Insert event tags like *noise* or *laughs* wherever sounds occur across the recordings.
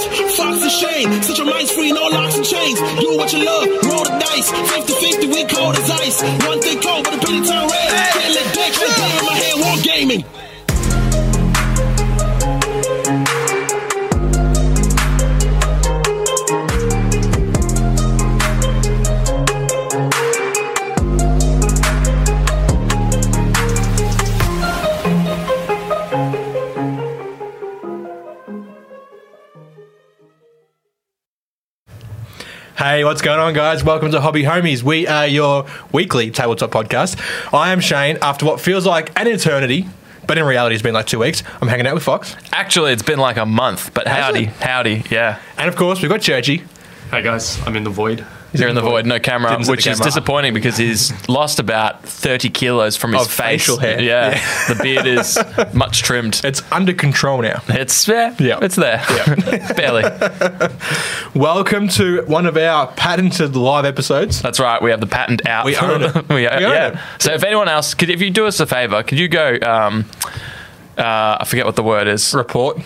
a shame. Such a mind's free, no locks and chains. Do what you love, roll the dice. 50 50, we cold as ice. One thing cold, but the penny turn red. Can't let that shit die in my head, war gaming. Hey, what's going on, guys? Welcome to Hobby Homies. We are your weekly tabletop podcast. I am Shane. After what feels like an eternity, but in reality, it's been like two weeks. I'm hanging out with Fox, Actually, it's been like a month, but Has howdy, it? howdy, yeah. and of course, we've got Churchy. Hey guys, I'm in the void. You're in the void, no camera, Didn't see the which is camera. disappointing because he's lost about 30 kilos from his Of face. facial hair. Yeah. the *laughs* beard is much trimmed. It's under control now. It's yeah, Yeah. it's there. *laughs* Barely. Welcome to one of our patented live episodes. That's right. We have the patent out. We own it. *laughs* we, own- We own yeah. it. So if anyone else could if you do us a favor, could you go um, uh, I forget what the word is. Report.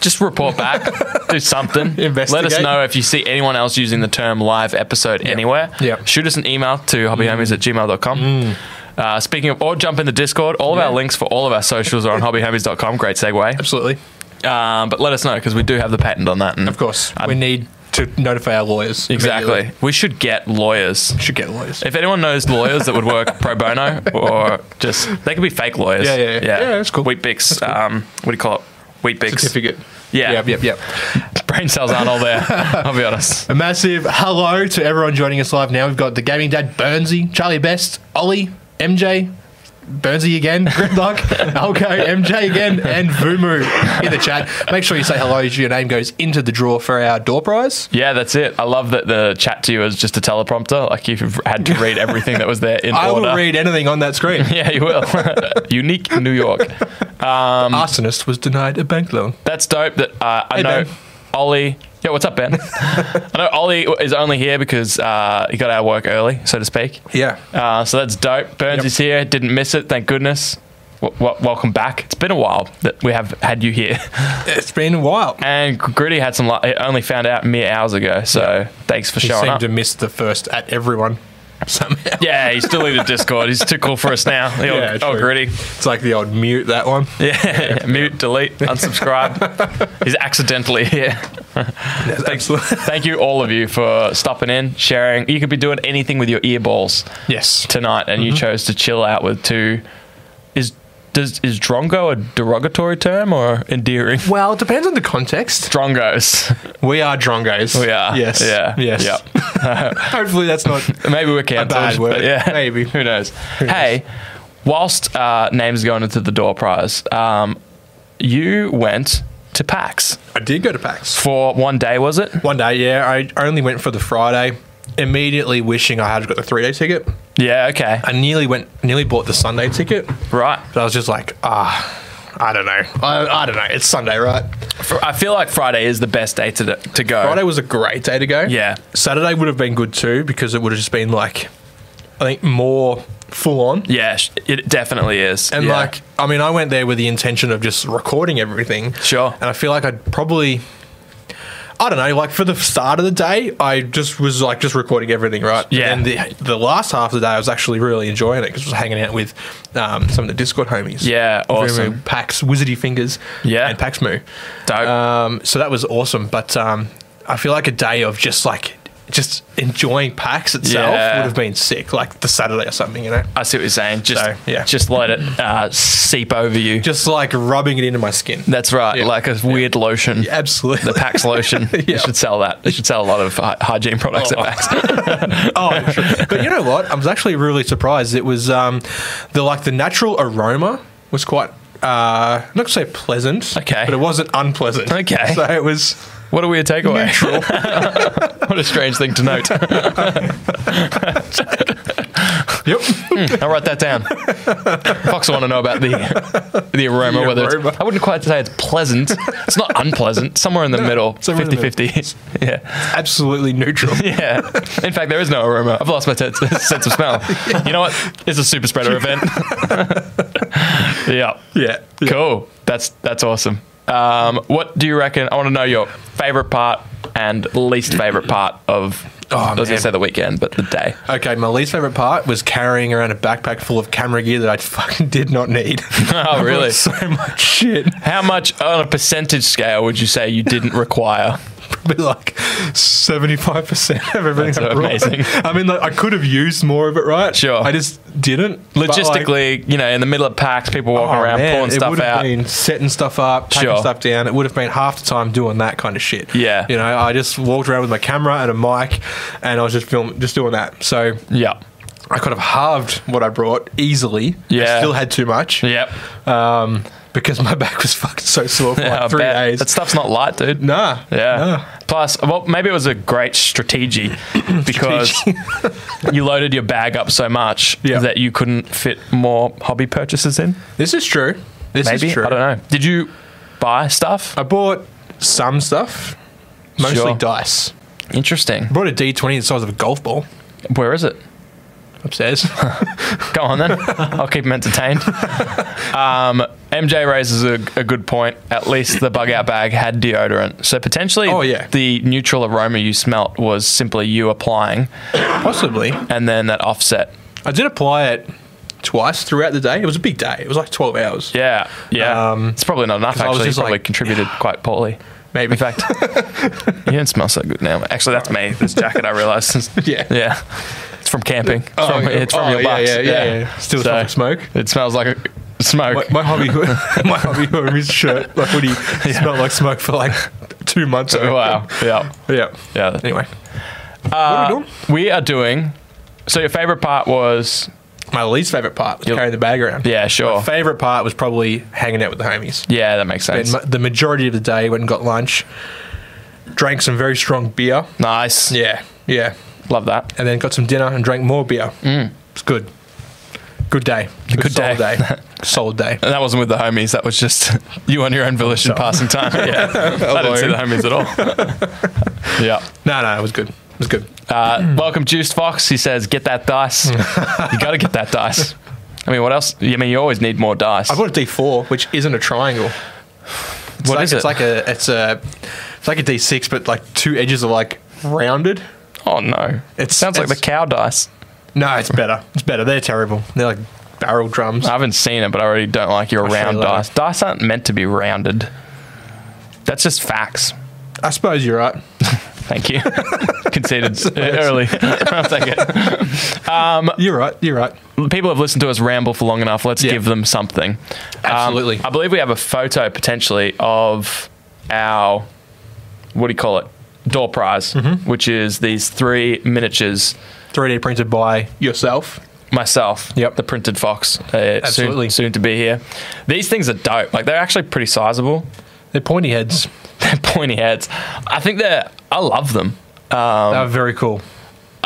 just report back, do something. *laughs* Investigate. Let us know if you see anyone else using the term live episode anywhere. Yeah. Shoot us an email to Mm. hobbyhomies at gmail.com. Uh, speaking of, or jump in the Discord. All of our links for all of our socials *laughs* are on hobbyhomies.com. Great segue. Absolutely. Um, but let us know because we do have the patent on that. And Of course. we need to notify our lawyers. Um, Exactly. immediately. We should get lawyers. Should get lawyers. If anyone knows lawyers that would *laughs* work pro bono or just, they could be fake lawyers. Yeah, yeah, yeah. Yeah, that's cool. Wheat Bix, um, what do you call it? Wheat Bix. Certificate. Yeah. Yep, yep, yep. *laughs* Brain cells aren't *laughs* all there. I'll be honest. A massive hello to everyone joining us live now. We've got the gaming dad Burnsy, Charlie Best, Ollie, MJ, Burnsy again, Gridlock, *laughs* Alco, MJ again, and Vumu in the chat. Make sure you say hello. Your name goes into the draw for our door prize. Yeah, that's it. I love that the chat to you is just a teleprompter. Like you've had to read everything that was there *laughs* in I order. will read anything on that screen. *laughs* Yeah, you will. *laughs* Unique New York. Um, Arsonist was denied a bank loan. That's dope. That uh, I Hey, know Ben. Ollie. Yeah, what's *laughs* up, Ben? I know Ollie is only here because uh, he got out of work early, so to speak. Yeah. Uh, so that's dope. Burns is here. Didn't miss it. Thank goodness. W- w- welcome back. It's been a while that we have had *laughs* you here. It's been a while. And Gritty had some. Li- only found out mere hours ago. So thanks for He showing seemed up. to miss the first at everyone somehow. Yeah, he's still in the Discord. He's too cool for us now. The *laughs* old, Yeah, old true. gritty. It's like the old mute, that one. Yeah. *laughs* Mute, *laughs* delete, unsubscribe. he's accidentally here. Absolutely. Thank you, all of you, for stopping in, sharing. You could be doing anything with your earballs Yes. Mm-hmm. tonight, and you chose to chill out with two. Is does is drongo a derogatory term or *laughs* endearing? *laughs* Well, it depends on the context. Drongos. *laughs* We are drongos. We are. Yes. Yeah. Yes. Yep. Hopefully that's *laughs* not. Maybe we're A cancelled. bad word. but Yeah. Maybe. Who knows? Hey, whilst uh, names going into the door prize, um, you went to PAX I did go to PAX. for one day, was it? One day, yeah, I only went for the Friday. Immediately wishing I had got the three day ticket. Yeah. Okay. I nearly went, nearly bought the Sunday ticket, Right. but I was just like, ah, I don't know. I, I don't know. It's Sunday, right? Fr- I feel like Friday is the best day to to go. Friday was a great day to go. Yeah. Saturday would have been good too because it would have just been like, I think more full on. Yeah, sh- it definitely is. And Yeah. like, I mean, I went there with the intention of just recording everything. Sure. And I feel like I'd probably, I don't know, like for the start of the day, I just was like just recording everything, right? Yeah. And then the, the last half of the day, I was actually really enjoying it because I was hanging out with um, some of the Discord homies. Yeah, Vroom awesome. Vroom, Pax, Wizardy Fingers, Yeah. and Pax Moo. Dope. Um, so that was awesome. But um, I feel like a day of just like, just enjoying PAX itself Yeah. would have been sick, like the Saturday or something, you know? I see what you're saying. Just So, yeah. just let it uh, seep over you. Just like rubbing it into my skin. That's right. Yeah. Like a weird lotion. Absolutely. The *laughs* *laughs* Pax lotion. You should sell that. You should sell a lot of hy- hygiene products Oh. at Pax. oh, true. but you know what? I was actually really surprised. It was um, the like the natural aroma was quite uh, not to say pleasant, Okay. but it wasn't unpleasant. Okay. so it was What a *laughs* weird takeaway. *laughs* what a strange thing to note. yep. I'll write that down. Fox, I want to know about the the aroma. The whether it's- aroma. I wouldn't quite say it's pleasant. It's not unpleasant. Somewhere in the middle. somewhere in the 50 middle. 50. *laughs* yeah. Absolutely neutral. Yeah. In fact, there is no aroma. I've lost my t- sense of smell. You know what? It's a super spreader event. *laughs* *laughs* yeah. Yeah. Cool. That's that's awesome. Um, what do you reckon? I want to know your favorite part and least favorite part of. Oh, I was man. gonna say the weekend, but the day. Okay, my least favorite part was carrying around a backpack full of camera gear that I *laughs* fucking did not need. *laughs* *laughs* Oh, really? so much shit. *laughs* How much on a percentage scale would you say you didn't require? Probably like seventy-five percent of everything. That's I brought. amazing. *laughs* I mean, like, I could have used more of it, right? Sure. I just didn't. *laughs* But, like, Logistically, you know, in the middle of packs, people oh, walking around man, pulling it stuff would out. have been setting stuff up, packing Sure. stuff down. It would have been half the time doing that kind of shit. Yeah. you know, I just walked around with my camera and a mic, and I was just filming, just doing that. So yeah. I could have halved what I brought easily. Yeah. I still had too much. Yep. Um, because my *laughs* back was fucking so *laughs* sore for Yeah, I like three bet. days. That stuff's not light, dude. nah. Yeah. Nah. Plus, well, maybe it was a great strategy *coughs* *laughs* because you loaded your bag up so much Yeah. that you couldn't fit more hobby purchases in. This is true. This Maybe is true. I don't know. Did you buy stuff? I bought some stuff, mostly Sure. dice. Interesting. I bought a D20 the size of a golf ball Where is it? upstairs. *laughs* Go on then. I'll keep him entertained. Um, MJ raises a, a good point. At least the bug out bag had deodorant, so potentially, Oh, yeah. the neutral aroma you smelt was simply you applying, Possibly. and then that offset. I did apply it twice throughout the day. It was a big day. It was like 12 hours. Yeah, yeah. Um, it's probably not enough. I was Actually, you just probably like- contributed quite poorly. Maybe. In *laughs* fact, you don't smell so good now. Actually, that's me. This jacket I realised. *laughs* Yeah. yeah. It's from camping. It's Oh, from, yeah. it's from Oh, your yeah, box. yeah, yeah, yeah. Still smells like smoke. It smells like a My, smoke. my *laughs* hobby, my hobby homie's shirt, like *laughs* Woody, smelled like smoke for like two months. I wow. reckon. Yeah. Oh, Yeah. Yeah. Anyway, Uh, what are we doing? we are doing. So your favorite part was My least favorite part was Your- carrying the bag around. yeah, sure, My favorite part was probably hanging out with the homies. yeah, that makes And sense. ma- the majority of the day went and got lunch, drank some very strong beer. nice. Yeah, yeah, Love that. and then got some dinner and drank more beer. Mm. It's good. Good day. Good, solid day. day. *laughs* solid day. And that wasn't with the homies. That was just *laughs* you on your own volition passing time. *laughs* Yeah, I didn't see the homies at all. *laughs* yeah. No, no, it was good. It was good. Uh, welcome, Juiced Fox. He says, "Get that *laughs* dice. you got to get that dice." I mean, what else? I mean, you always need more dice. I bought a D four, which isn't a triangle. It's What like, is It's it? like a it's a it's like a D six, but like two edges are like rounded. oh no! It It's- sounds like the it's- cow dice. No, it's better. It's better. They're terrible. They're like barrel drums. I haven't seen it, but I already don't like your I'll show you round later. dice. Dice aren't meant to be rounded. That's just facts. I suppose you're right. Thank you. *laughs* *laughs* Conceded early. *laughs* I'll take it. You're right. You're right. People have listened to us ramble for long enough. Let's Yeah. give them something. Um, Absolutely. I believe we have a photo potentially of our what do you call it? Door prize, Mm-hmm. which is these three miniatures. 3D printed by yourself. Myself, Yep. the printed fox, uh, Absolutely. soon, soon to be here. These things are dope. Like they're actually pretty sizable. *laughs* They're pointy heads. They're pointy heads. I think they're. I love them. They're very cool.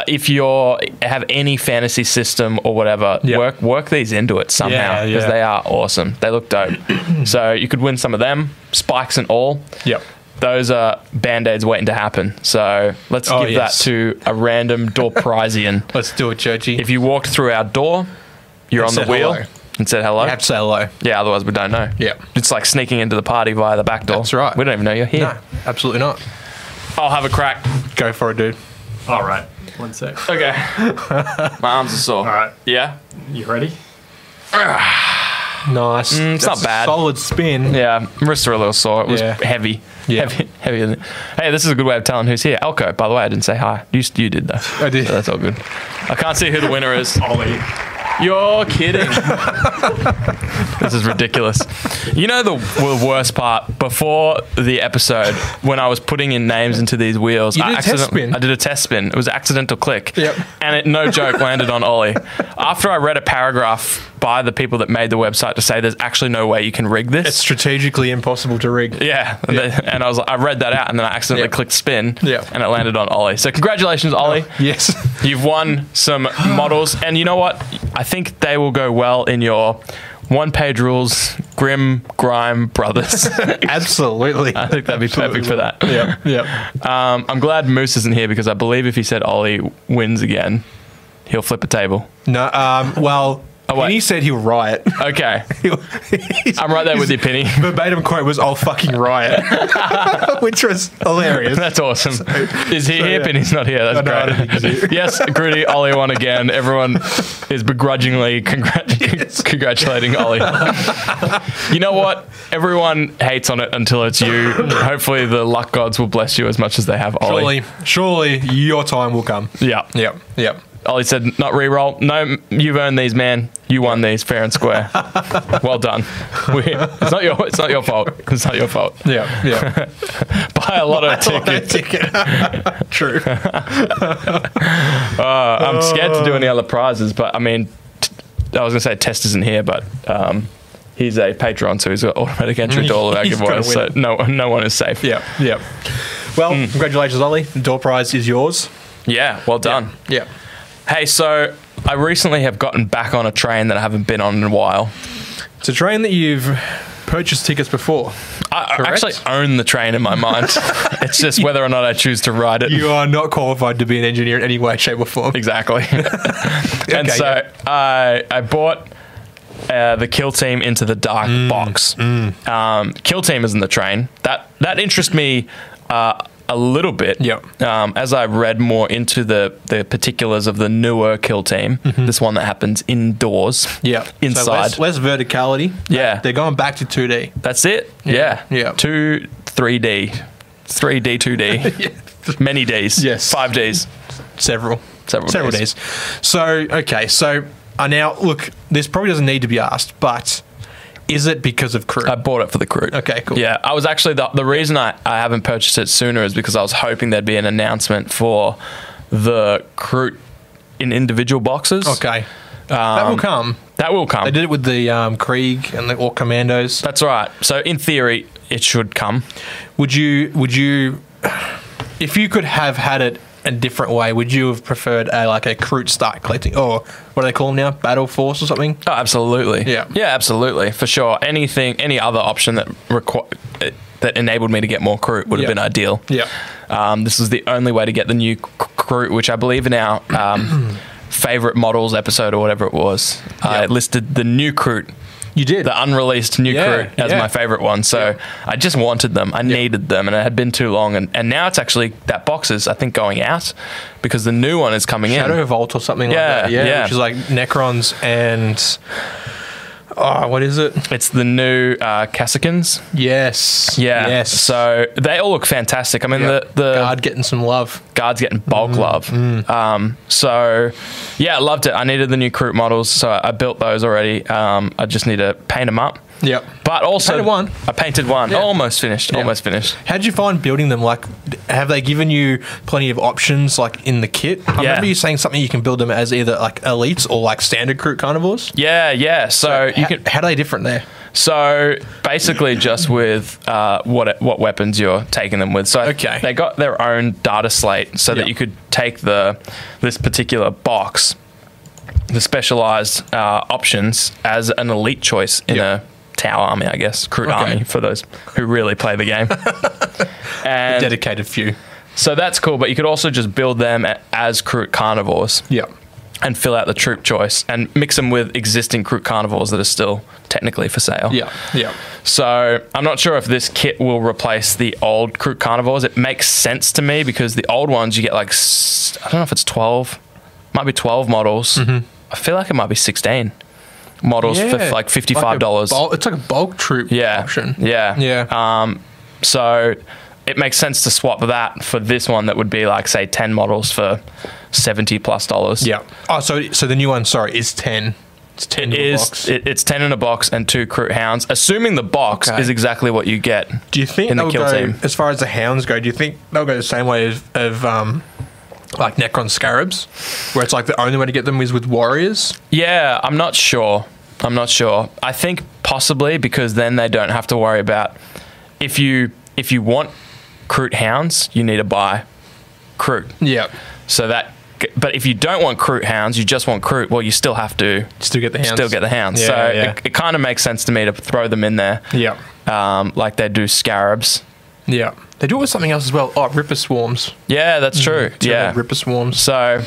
if you're have any fantasy system or whatever, Yeah. work work these into it somehow Yeah, because yeah. they are awesome. They look *clears throat* dope. so you could win some of them, spikes and all. Yep. Those are band aids waiting to happen. So let's Oh, give yes. that to a random door *laughs* prizian. Let's do it, Churchy. if you walked through our door, you're And on said the wheel hello. and said hello. I have to say hello. yeah, otherwise we don't know. Yeah. It's like sneaking into the party via the back door. That's right. We don't even know you're here. No, absolutely not. I'll have a crack. Go for it, dude. All right. One sec. Okay. *laughs* My arms are sore. All right. Yeah. You ready? Nice. it's not a bad. Solid spin. Yeah, wrists are a little sore. It was Yeah. heavy. Yeah. Heavy, heavier than. Hey, this is a good way of telling who's here. Elko, by the way, I didn't say hi. You, you did, though. I did. So that's all good. I can't see who the winner is. *laughs* Ollie. You're kidding. this is ridiculous. You know the w- worst part? Before the episode, when I was putting in names into these wheels, You I did a test accident- spin. I did a test spin. It was accidental click. Yep. And it, no joke, landed on Ollie. After I read a paragraph by the people that made the website to say there's actually no way you can rig this. It's strategically impossible to rig. Yeah, and, they- and I was like, I read that out, and then I accidentally Yeah. clicked spin, Yeah. Oh, and it landed on Ollie. So congratulations, Ollie. Yes. *laughs* You've won some models, and you know what? I think they will go well in your one-page rules, Grim Grime *laughs* Brothers. I absolutely. I think that'd be perfect for that. Yeah. Yeah. Um, I'm glad Moose isn't here because I believe if he said Ollie wins again, he'll flip a table. No. Um, well, Oh, wait. Penny said he'll riot. *laughs* Okay. He'll- I'm right there with you, Penny. *laughs* verbatim quote was "I'll fucking riot," *laughs* which was hilarious. That's awesome. Is he so, here? yeah. Penny's not here. That's No, no, I great. don't think he's here. yes, Gritty Ollie won again. Everyone is begrudgingly congrat- *laughs* congratulating Ollie. you know what? Everyone hates on it until it's you. Hopefully, the luck gods will bless you as much as they have Ollie. surely, surely your time will come. Yeah. Yep, yep. Ollie said, not re-roll. No, you've earned these, man. You won these fair and square. well done. We, it's not your. It's not your fault. It's not your fault. Yeah, yeah. Buy a lot of Lotto tickets. ticket. True. Uh, I'm scared to do Oh. any other prizes, but I mean, t- I was gonna say Test isn't here, but um, he's a patron, so he's got automatic entry to all of our Mm, He's giveaways. So gotta no, no one is safe. Yep, yep. Well, congratulations, Ollie. The door prize is yours. Yeah. Well done. Yep. Hey, so I recently have gotten back on a train that I haven't been on in a while. It's a train that you've purchased tickets before. I I Correct. actually own the train in my mind. *laughs* it's just whether or not I choose to ride it. You are not qualified to be an engineer in any way, shape, or form. Exactly. *laughs* and Okay, so yeah. I I bought uh, the Kill Team into the Dark Mm, box. Um, Kill Team is in the train. That that interests me uh, a little bit. Yep. Um, as I read more into the the particulars of the newer Kill Team, this one that happens indoors. Mm-hmm. Yeah. So Inside. less, less verticality. Yeah. They're going back to 2D. That's it. Yeah. Yeah. Two, three D, three D, two *laughs* D, many Ds. Yes. Five Ds. Several. Several days. days. So, okay. So, I now look, this probably doesn't need to be asked, but is it because of crew? I bought it for the crew. Okay, cool. Yeah, I was actually the the reason I, I haven't purchased it sooner is because I was hoping there'd be an announcement for the crew in individual boxes. okay. that um, will come. That will come. They did it with the um, Krieg and the Orc Commandos. That's right. So in theory, it should come. Would you? Would you? If you could have had it a different way, would you have preferred a like a Kroot start collecting, or what do they call them now? Battle Force or something? Oh, absolutely. Yeah. Yeah, absolutely. For sure. Anything any other option that requ- eh, that enabled me to get more crew would have Yeah. been ideal. Yeah. Um, this is the only way to get the new c- crew, which I believe in our *clears throat* um, favorite models episode or whatever it was. I listed the new crew You did. the unreleased new Yeah, crew as yeah. my favorite one. So I just wanted them. I needed them, and it had been too long. And, and now it's actually that box is I think going out because the new one is coming Shadow in. Vault or something Yeah, like that. Yeah, yeah. Which is like Necrons and. Oh, what is it? It's the new uh, Casicans. Yes. Yeah. Yes. So they all look fantastic. I mean, Yeah. the, the guard getting some love. guards getting bulk Mm-hmm. love. Mm. Um, so, yeah, I loved it. I needed the new crew models, so I, I built those already. Um, I just need to paint them up. Yep. But also, painted one. I painted one. Yeah. Almost finished. Almost finished. How'd you find building them? Like, have they given you plenty of options, like in the kit? I Yeah. remember you saying something you can build them as either like elites or like standard crew carnivores. Yeah, yeah. So, you How- can. How are they different there? So basically, just with uh, what what weapons you're taking them with. So Okay. they got their own data slate, so Yeah. that you could take the this particular box, the specialized uh, options as an elite choice in Yeah. a Tau army, I guess, crude army for those who really play the *laughs* game. and Dedicated few. so that's cool, but you could also just build them a- as crude carnivores Yeah. and fill out the troop choice and mix them with existing crude carnivores that are still technically for sale. Yeah. Yeah. So I'm not sure if this kit will replace the old Kroot Carnivores. It makes sense to me because the old ones you get like s- I don't know if it's 12, might be 12 models. Mm-hmm. I feel like it might be 16 models for like a 55 dollars. bulk- it's like a bulk troop yeah, option. yeah, Yeah. Um, so it makes sense to swap that for this one that would be like say 10 models for 70 plus dollars. Yeah. Oh, so so the new one, sorry, is 10. It's 10 It in a is. box. It, it's ten in a box and two crew hounds. Assuming the box Okay. is exactly what you get. do you think in the they'll kill go, team? as far as the hounds go, do you think they'll go the same way of, of um, like Necron Scarabs, where it's like the only way to get them is with warriors? Yeah, I'm not sure. I'm not sure. I think possibly because then they don't have to worry about if you if you want Kroot hounds, you need to buy Kroot. Yeah. So that but if you don't want Kroot hounds, you just want Kroot, well you still have to Still get the hounds. still get the hounds. Yeah, so yeah. it, it kind of makes sense to me to throw them in there. Yeah. Um, like they do scarabs. Yeah. They do it with something else as well. Oh, Ripper Swarms. Yeah, that's true. Mm-hmm. Do you know Yeah. Ripper Swarms. So,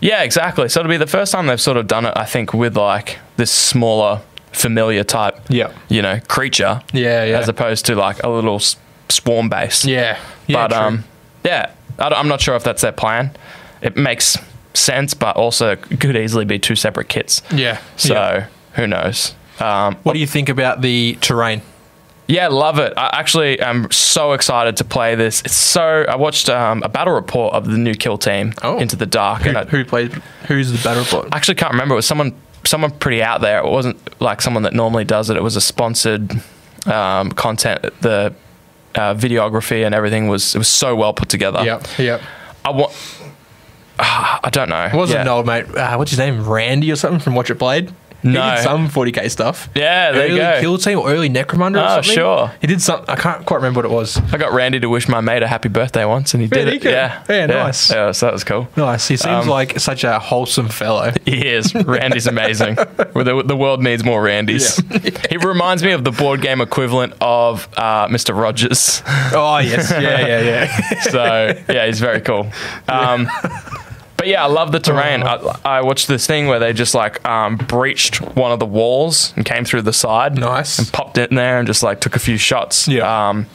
yeah, exactly. So it'll be the first time they've sort of done it, I think, with like this smaller, familiar type, Yeah. you know, creature, Yeah, yeah. as opposed to like a little s- swarm base. yeah. but um, yeah, I don't- I'm not sure if that's their plan. It makes sense, but also could easily be two separate kits. yeah. So yeah. who knows? Um, what do you think about the terrain? yeah, love it. I actually am so excited to play this. It's so I watched um, a battle report of the new kill team Oh. into the dark, Who, and I, who played? Who's the battle bot? I actually can't remember. It was someone someone pretty out there. It wasn't like someone that normally does it. It was a sponsored um, content. The uh, videography and everything was it was so well put together. Yep. Yep. I want. *sighs* I don't know. It wasn't yeah. an old mate. Uh, what's his name? Randy or something from Watch It Played. No. He did some 40k stuff. Yeah, there you early go. Kill Team or early Necromunda or Oh, something. sure. He did something. I can't quite remember what it was. I got Randy to wish my mate a happy birthday once, and he did Really? it. Good. Yeah. Yeah, nice. Yeah, so that was cool. Nice. He seems Um, like such a wholesome *laughs* fellow. He is. Randy's *laughs* amazing. Well, the, the world needs more Randys. *laughs* he reminds me of the board game equivalent of uh, Mr. Rogers. Oh, yes. *laughs* Yeah, yeah, yeah. So, yeah, he's very cool. Um, but yeah, I love the terrain. I, I watched this thing where they just like um, breached one of the walls and came through the side. Nice. And popped in there and just like took a few shots. Yeah. Um,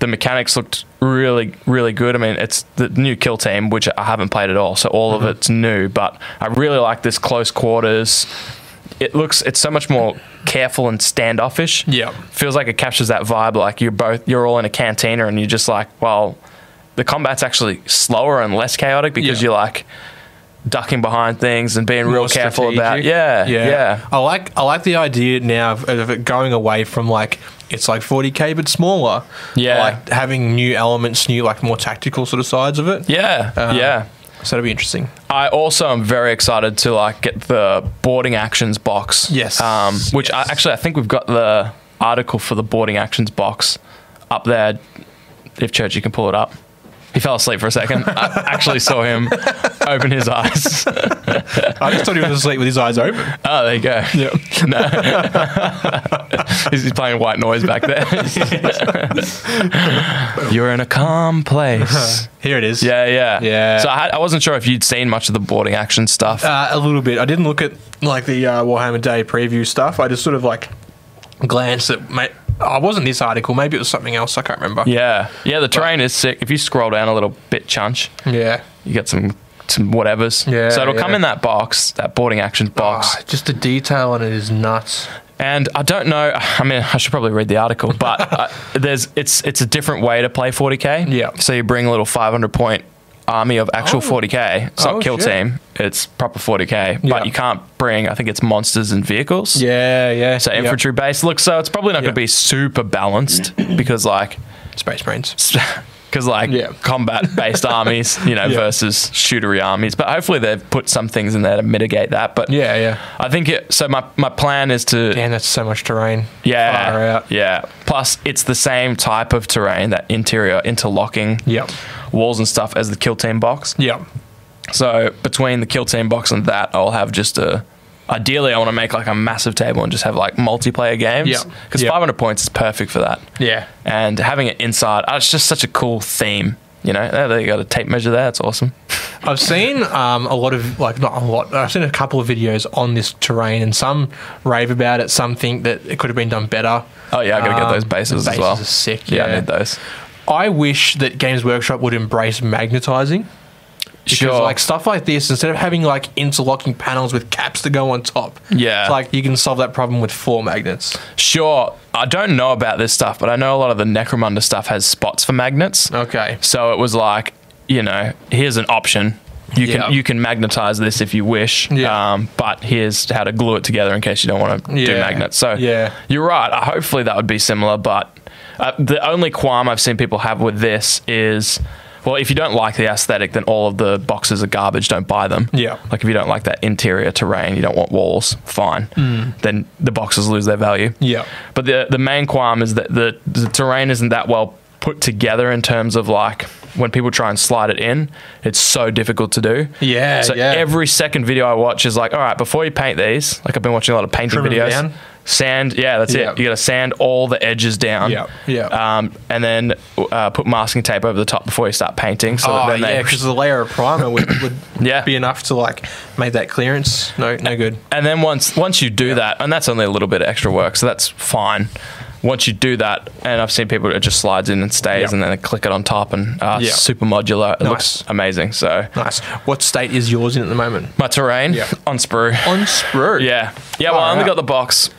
the mechanics looked really, really good. I mean, it's the new kill team, which I haven't played at all, so all Mm-hmm. of it's new. But I really like this close quarters. It looks, it's so much more careful and standoffish. Yeah. feels like it captures that vibe. Like you're both, you're all in a cantina, and you're just like, well, the combat's actually slower and less chaotic because Yeah. you're like ducking behind things and being real More careful about, strategic. yeah, yeah, I like I like the idea now of, of it going away from like it's like 40k but smaller. Yeah. I like having new elements, new like more tactical sort of sides of it. yeah, Um, yeah. so that'll be interesting. I also am very excited to like get the boarding actions box. Yes. Um, which Yes. I, actually I think we've got the article for the boarding actions box up there. If Churchy can pull it up, he fell asleep for a second. I actually saw *laughs* him open his eyes. I just thought he was asleep with his eyes open. Oh, there you go. *laughs* *laughs* Yep. no. *laughs* he's, he's playing white noise back there. *laughs* You're in a calm *laughs* place. Here it is. Yeah, yeah, Yeah. So I, had, I wasn't sure if you'd seen much of the boarding action stuff. Uh, a little bit. I didn't look at like the uh, Warhammer Day preview stuff. I just sort of like glanced at. Ma- I wasn't this article. Maybe it was something else. I can't remember. Yeah, yeah. The terrain is sick. If you scroll down a little bit, chunch, Yeah. you get some some whatevers. Yeah, So it'll come yeah. in that box, that boarding action box. Ah, just the detail on it is nuts. And I don't know. I mean, I should probably read the article, but *laughs* uh, there's it's it's a different way to play 40k. Yeah. So you bring a little 500 point army of actual 40k. It's not Oh, kill shit. team. It's proper 40k. Yeah. But you can't bring. I think it's monsters and vehicles. Yeah, yeah. So infantry base. Look, so it's probably not going to be super *clears throat* balanced because like *laughs* Space Marines. because like Yeah. combat *laughs* based armies, you know, Yeah. versus shootery armies. But hopefully they've put some things in there to mitigate that. But Yeah, yeah. I think it. So my my plan is to Damn, that's so much terrain. yeah Far out. yeah. Plus it's the same type of terrain that interior interlocking Yep. walls and stuff as the kill team box. Yep. So between the kill team box and that, I'll have just a. Ideally, I want to make like a massive table and just have like multiplayer games. Yeah. Because Yeah. 500 points is perfect for that. Yeah. And having it inside, oh, it's just such a cool theme. You know, oh, there you got a tape measure there. It's awesome. I've seen um, a lot of like not a lot. I've seen a couple of videos on this terrain, and some rave about it. Some think that it could have been done better. Oh yeah, I gotta get Um, those bases, the as well. Bases are sick. Yeah, Yeah. I need those. I wish that Games Workshop would embrace magnetizing. Because Sure. like stuff like this, instead of having like interlocking panels with caps to go on top, Yeah. it's like you can solve that problem with four magnets. Sure, I don't know about this stuff, but I know a lot of the Necromunda stuff has spots for magnets. Okay. So it was like, you know, here's an option. You Yeah. can you can magnetize this if you wish. Yeah. Um, but here's how to glue it together in case you don't want to do Yeah. magnets. So Yeah. you're right. Uh, Hopefully that would be similar, but uh, the only qualm I've seen people have with this is. Well, if you don't like the aesthetic, then all of the boxes are garbage. Don't buy them. Yeah. Like if you don't like that interior terrain, you don't want walls. Fine. Then the boxes lose their value. Hmm. Yeah. But the the main qualm is that the the terrain isn't that well put together in terms of like when people try and slide it in, it's so difficult to do. Yeah, So yeah. every second video I watch is like, all right, before you paint these, like I've been watching a lot of painting Trim 'em videos. down. Sand, yeah, that's Yeah. it. You got to sand all the edges down. Yeah, yeah. Um, and then uh, put masking tape over the top before you start painting. So Oh, that then *laughs* yeah, they because the layer of primer would, would *coughs* Yeah. be enough to like make that clearance. No, no good. And then once once you do that, and that's only a little bit of extra work, so that's fine. Once you do that, and I've seen people it just slides in and stays, Yep. and then they click it on top, and uh, Yeah. it's super modular. It Nice. looks amazing. So Nice. What state is yours in at the moment? my terrain Yeah. on sprue. On sprue. Yeah, yeah. Well, Far I only out. got the box.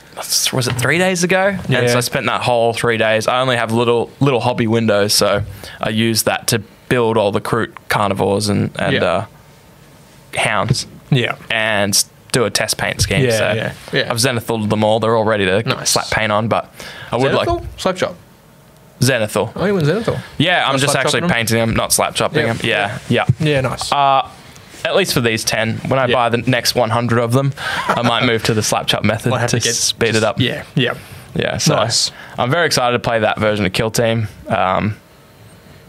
Was it three days ago? Yeah. And so I spent that whole three days. I only have little little hobby windows, so I use that to build all the crude carnivores and and Yeah. uh, hounds Yeah. and s- do a test paint scheme. Yeah, so yeah, yeah. I've zenithal them all. They're all ready to Nice. slap paint on, but I would Zenithal? like Slap job. zenithal. Oh, you went Zenithal. Yeah, I'm Not just slap actually chopping 'em? painting them, not slap chopping Yeah, them. Yeah, yeah. Yeah, nice. At least for these 10. When I Yeah. buy the next 100 of them, I might move to the slap chop method *laughs* Might have to, to get- speed it up. yeah, yeah. Yeah, so Nice. I'm very excited to play that version of Kill Team. Um,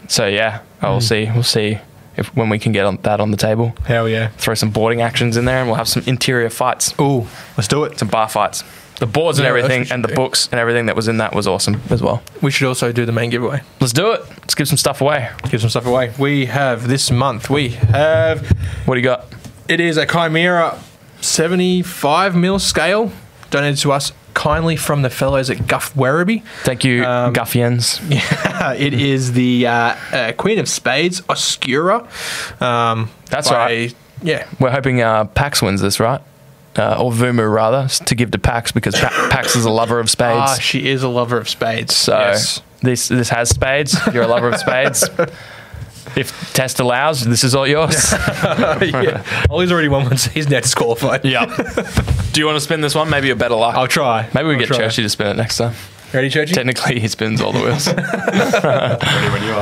so yeah, I Hmm. will see. We'll see if when we can get on, that on the table. Hell yeah. Throw some boarding actions in there, and we'll have some interior fights, Ooh, let's do it. some bar fights. The boards and Yeah, that's what everything, you and the do. books and everything that was in that was awesome as well. We should also do the main giveaway. Let's do it. Let's give some stuff away. Give some stuff away. We have this month. We have. What do you got? It is a Chimera 75 mil scale donated to us kindly from the fellows at Guff *laughs* Werribee. Thank you, Um, Guffians. it is the uh, uh, Queen of Spades Oscura. Um, That's right. Yeah. We're hoping uh, Pax wins this, right? Uh, or Vumu rather, s- to give to Pax because *laughs* pa- Pax is a lover of spades. Ah, she is a lover of spades. So *laughs* yes. this this has spades. You're a lover of *laughs* spades. If test allows, this is all yours. Oh, yeah. Ollie's already won once. He's now disqualified. *laughs* *laughs* yeah. Do you want to spin this one? Maybe a better luck. I'll try. Maybe we I'll get try. Churchy to spin it next time. Ready, Churchy? Technically, he spins all the wheels. Ready when you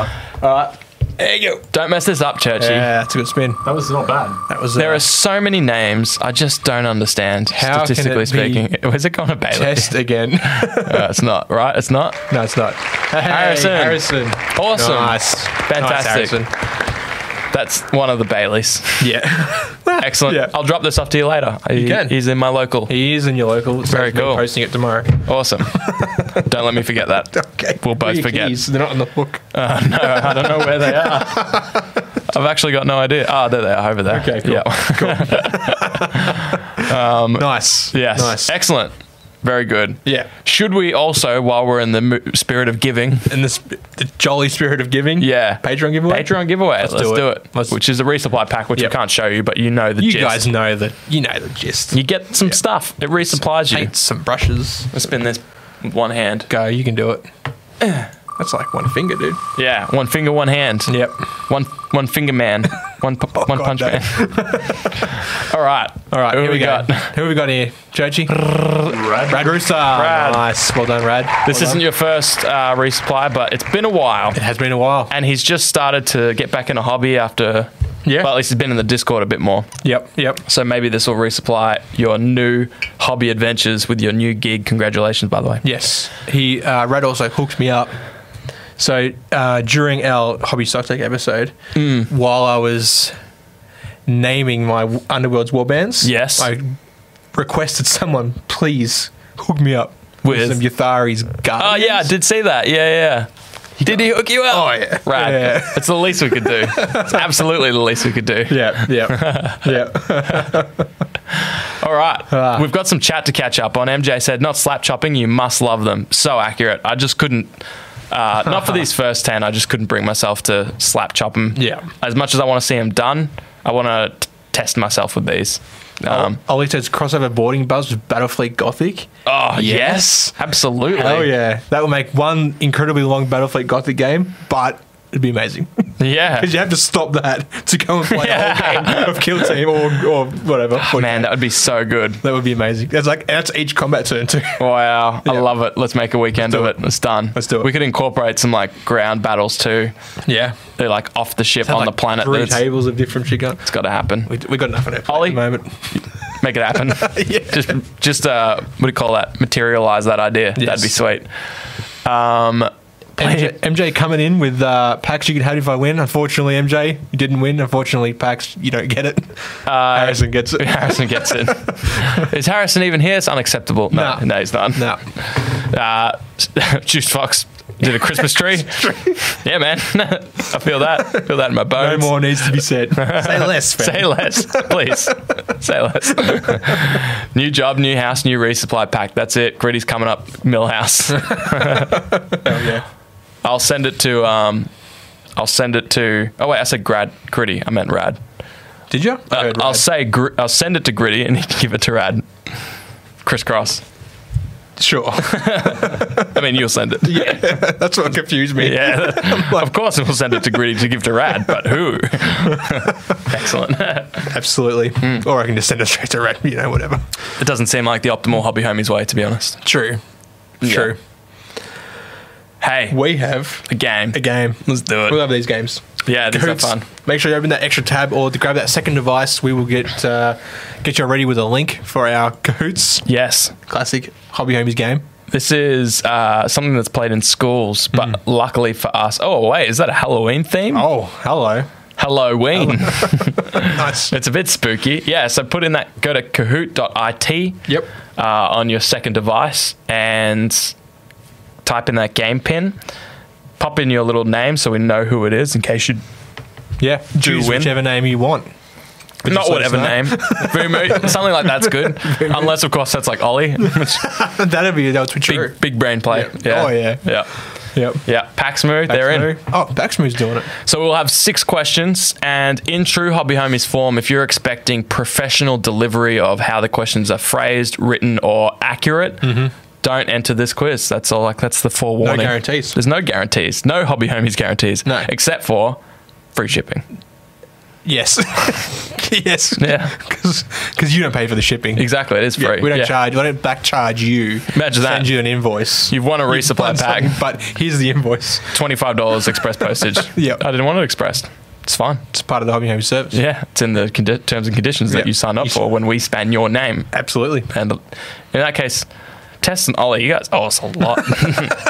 are. There you go. *laughs* don't mess this up, Churchy. Yeah, that's a good spin. That was not bad. That was There uh, are so many names. I just don't understand. How can statistically it be speaking, *laughs* was it Connor Bailey? *laughs* test again. *laughs* Uh, it's not right. It's not. no, it's not. Hey, Harrison. Harrison. Awesome. Nice. Fantastic. Nice, Harrison. That's one of the *laughs* Baileys. Yeah. Excellent. Yeah. I'll drop this off to you later. He- can. He's in my local. he is in your local. It's Very like me cool. Posting it tomorrow. Awesome. *laughs* don't let me forget that. Okay. We'll both Where are your forget. Um, keys? They're not on the hook. *laughs* I don't know where they are. *laughs* I've actually got no idea. Ah, there they are over there. Okay, cool. Yeah. *laughs* nice. yes. Nice. Excellent. Very good. Yeah. Should we also, while we're in the mo- spirit of *laughs* giving, in the, sp- the jolly spirit of giving. yeah, Patreon giveaway. Patreon giveaway. Let's, do, it. Let's- which is a resupply pack, which Yep. I can't show you, but you know the You gist. guys know the you know the gist. you get some stuff. It resupplies you. Paint some brushes. Let's spin this with one hand. Go. You can do it. Eh, That's like one finger, dude. Yeah, one finger, one hand. Yep. Oh, One one finger man. *laughs* One pu- one God, punch no. man. *laughs* All right. All right. Who here we, go. got? Who we got here? Churchy. Rad. Rad Rooster. Nice. Well done, Rad. This isn't your first uh, resupply, but it's been a while. It has been a while. And he's just started to get back in a hobby after. Yeah. Well, at least he's been in the Discord a bit more. Yep. Yep. So maybe this will resupply your new hobby adventures with your new gig. Congratulations, by the way. Yes. He uh, Rad also hooked me up. So uh, during our hobby stock take episode, Mm. while I was naming my w- Underworld's warbands, Yes. I requested someone please hook me up With- with, some Yathari's Oh, guardians. yeah, I did see that. Yeah, yeah. Did he hook you up? Oh, yeah. Right. Yeah. It's the least we could do. It's absolutely the least we could do. yeah, *laughs* yeah, yeah. All right. Ah. We've got some chat to catch up on. MJ said, not slap chopping, you must love them. So accurate. I just couldn't. Uh, not for *laughs* these first 10, I just couldn't bring myself to slap chop them. Yeah. As much as I want to see them done, I want to test myself with these. Oh. Um, Ollie says crossover boarding buzz with Battlefleet Gothic. oh, yes. Absolutely. Oh yeah, that would make one incredibly long Battlefleet Gothic game, but it'd be amazing. Yeah. Because you have to stop that to go and play *laughs* a whole game of Kill Team or, or whatever. Ah, Man, that would be so good. That would be amazing. That's like that's each combat *laughs* turn too. Wow. I Yeah. love it. Let's make a weekend Let's of do it. It's done. Let's do it. We could incorporate some like ground battles too. Yeah. They're like off the ship on the planet. Three That's- tables of different shit going. it's got to happen. *laughs* We, we got enough on our plate Ollie? at the moment. make it *laughs* happen. Just, just uh, what do you call that? Materialize that idea. That'd be Yes. *laughs* sweet. Um, *laughs* play- MJ, MJ coming in with uh, Pax. You can have if I win. Unfortunately, MJ, Uh, *laughs* you didn't win. Unfortunately, Pax, you don't get it. Harrison gets it. *laughs* Harrison gets it. Is Harrison even here? It's unacceptable. No, Nah. no, he's not. No. Uh, *laughs* Juice Fox did a *laughs* Christmas tree. yeah, man. *laughs* I feel that. feel that in my No bones. more needs to be said. *laughs* Say less, fam. Say less, please. Say less. *laughs* new job, new house, new resupply pack. That's it. Gritty's coming up. *laughs* Millhouse. yeah. I'll send it to. Um, I'll send it to. Oh wait, I said grad gritty. I meant rad. Did you? I Uh, heard I'll right. say gr- I'll send it to gritty, and he can give it to rad. Crisscross. Sure. *laughs* I mean, you'll send it. yeah. That's what confused *laughs* me. Yeah, of course we'll send it to Gritty to give to Rad, but *laughs* who? Excellent. Absolutely. Hmm. Or I can just send it straight to Red, you know, whatever. It doesn't seem like the optimal hobby homie's way, to be honest. True. True. Hey, We have a game. a game. Let's do We it. love these games. Yeah, these are Coots. fun. Make sure you open that extra tab or to grab that second device. We will get uh, get you ready with a link for our Cahoots Yes, classic Hobby Homies game. this is uh, something that's played in schools, but luckily for us. Oh wait, is that a Halloween theme? Hmm. Oh, hello. Halloween. Nice. *laughs* It's a bit spooky. Yeah, so put in that, go to kahoot.it Yep. uh, on your second device and type in that game pin. Pop in your little name so we know who it is in case you. Yeah. Choose win. whichever name you want. But not just let us whatever know. name. *laughs* Vumu, something like that's good. Unless, of course, that's like Ollie. Which That'll be that's what you big, big brain play. Yeah. Yeah. Oh, yeah. Yeah. Yep. Yeah. Paxmoo, they're in. Oh, Baxmo's doing it. So we'll have six questions, and in true Hobby Homies form, if you're expecting professional delivery of how the questions are phrased, written, or accurate, Mm-hmm. don't enter this quiz. That's all. Like that's the forewarning. guarantees. There's no guarantees. No Hobby Homies guarantees. No. except for free shipping. Yes. *laughs* yes. Yeah. Because you don't pay for the shipping. Exactly, it is Yeah, free. we don't Yeah. charge. We don't back charge you. Imagine that. Send you an invoice. You've won a Done resupply something, pack. But here's the invoice. Twenty five dollars express postage. *laughs* Yep. I didn't want it expressed. It's fine. It's part of the Hobby Home service. Yeah, it's in the condi- terms and conditions Yeah. that you sign up You for sign- when we span your name. Absolutely. And in that case, Tess and Ollie, you guys owe us a lot. *laughs*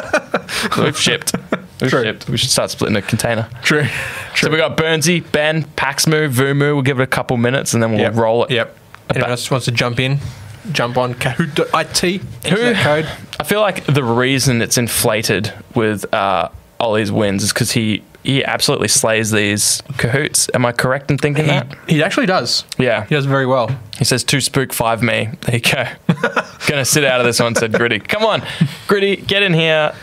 We've shipped. We've True. shipped. We should start splitting a container. True. So we got Burnsy, Ben, Paxmu, Vumu. We'll give it a couple minutes and then we'll roll it. Yep. Anyone else wants to jump in? Jump on kahoot.it. Enter Who- that code. I feel like the reason it's inflated with uh, Ollie's wins is because he, he absolutely slays these cahoots. Am I correct in thinking that? He actually does. Yeah. He does very well. He says, two spook, five me. There you *laughs* go. Gonna sit out of this one, said Gritty. Come on, Gritty, get in here.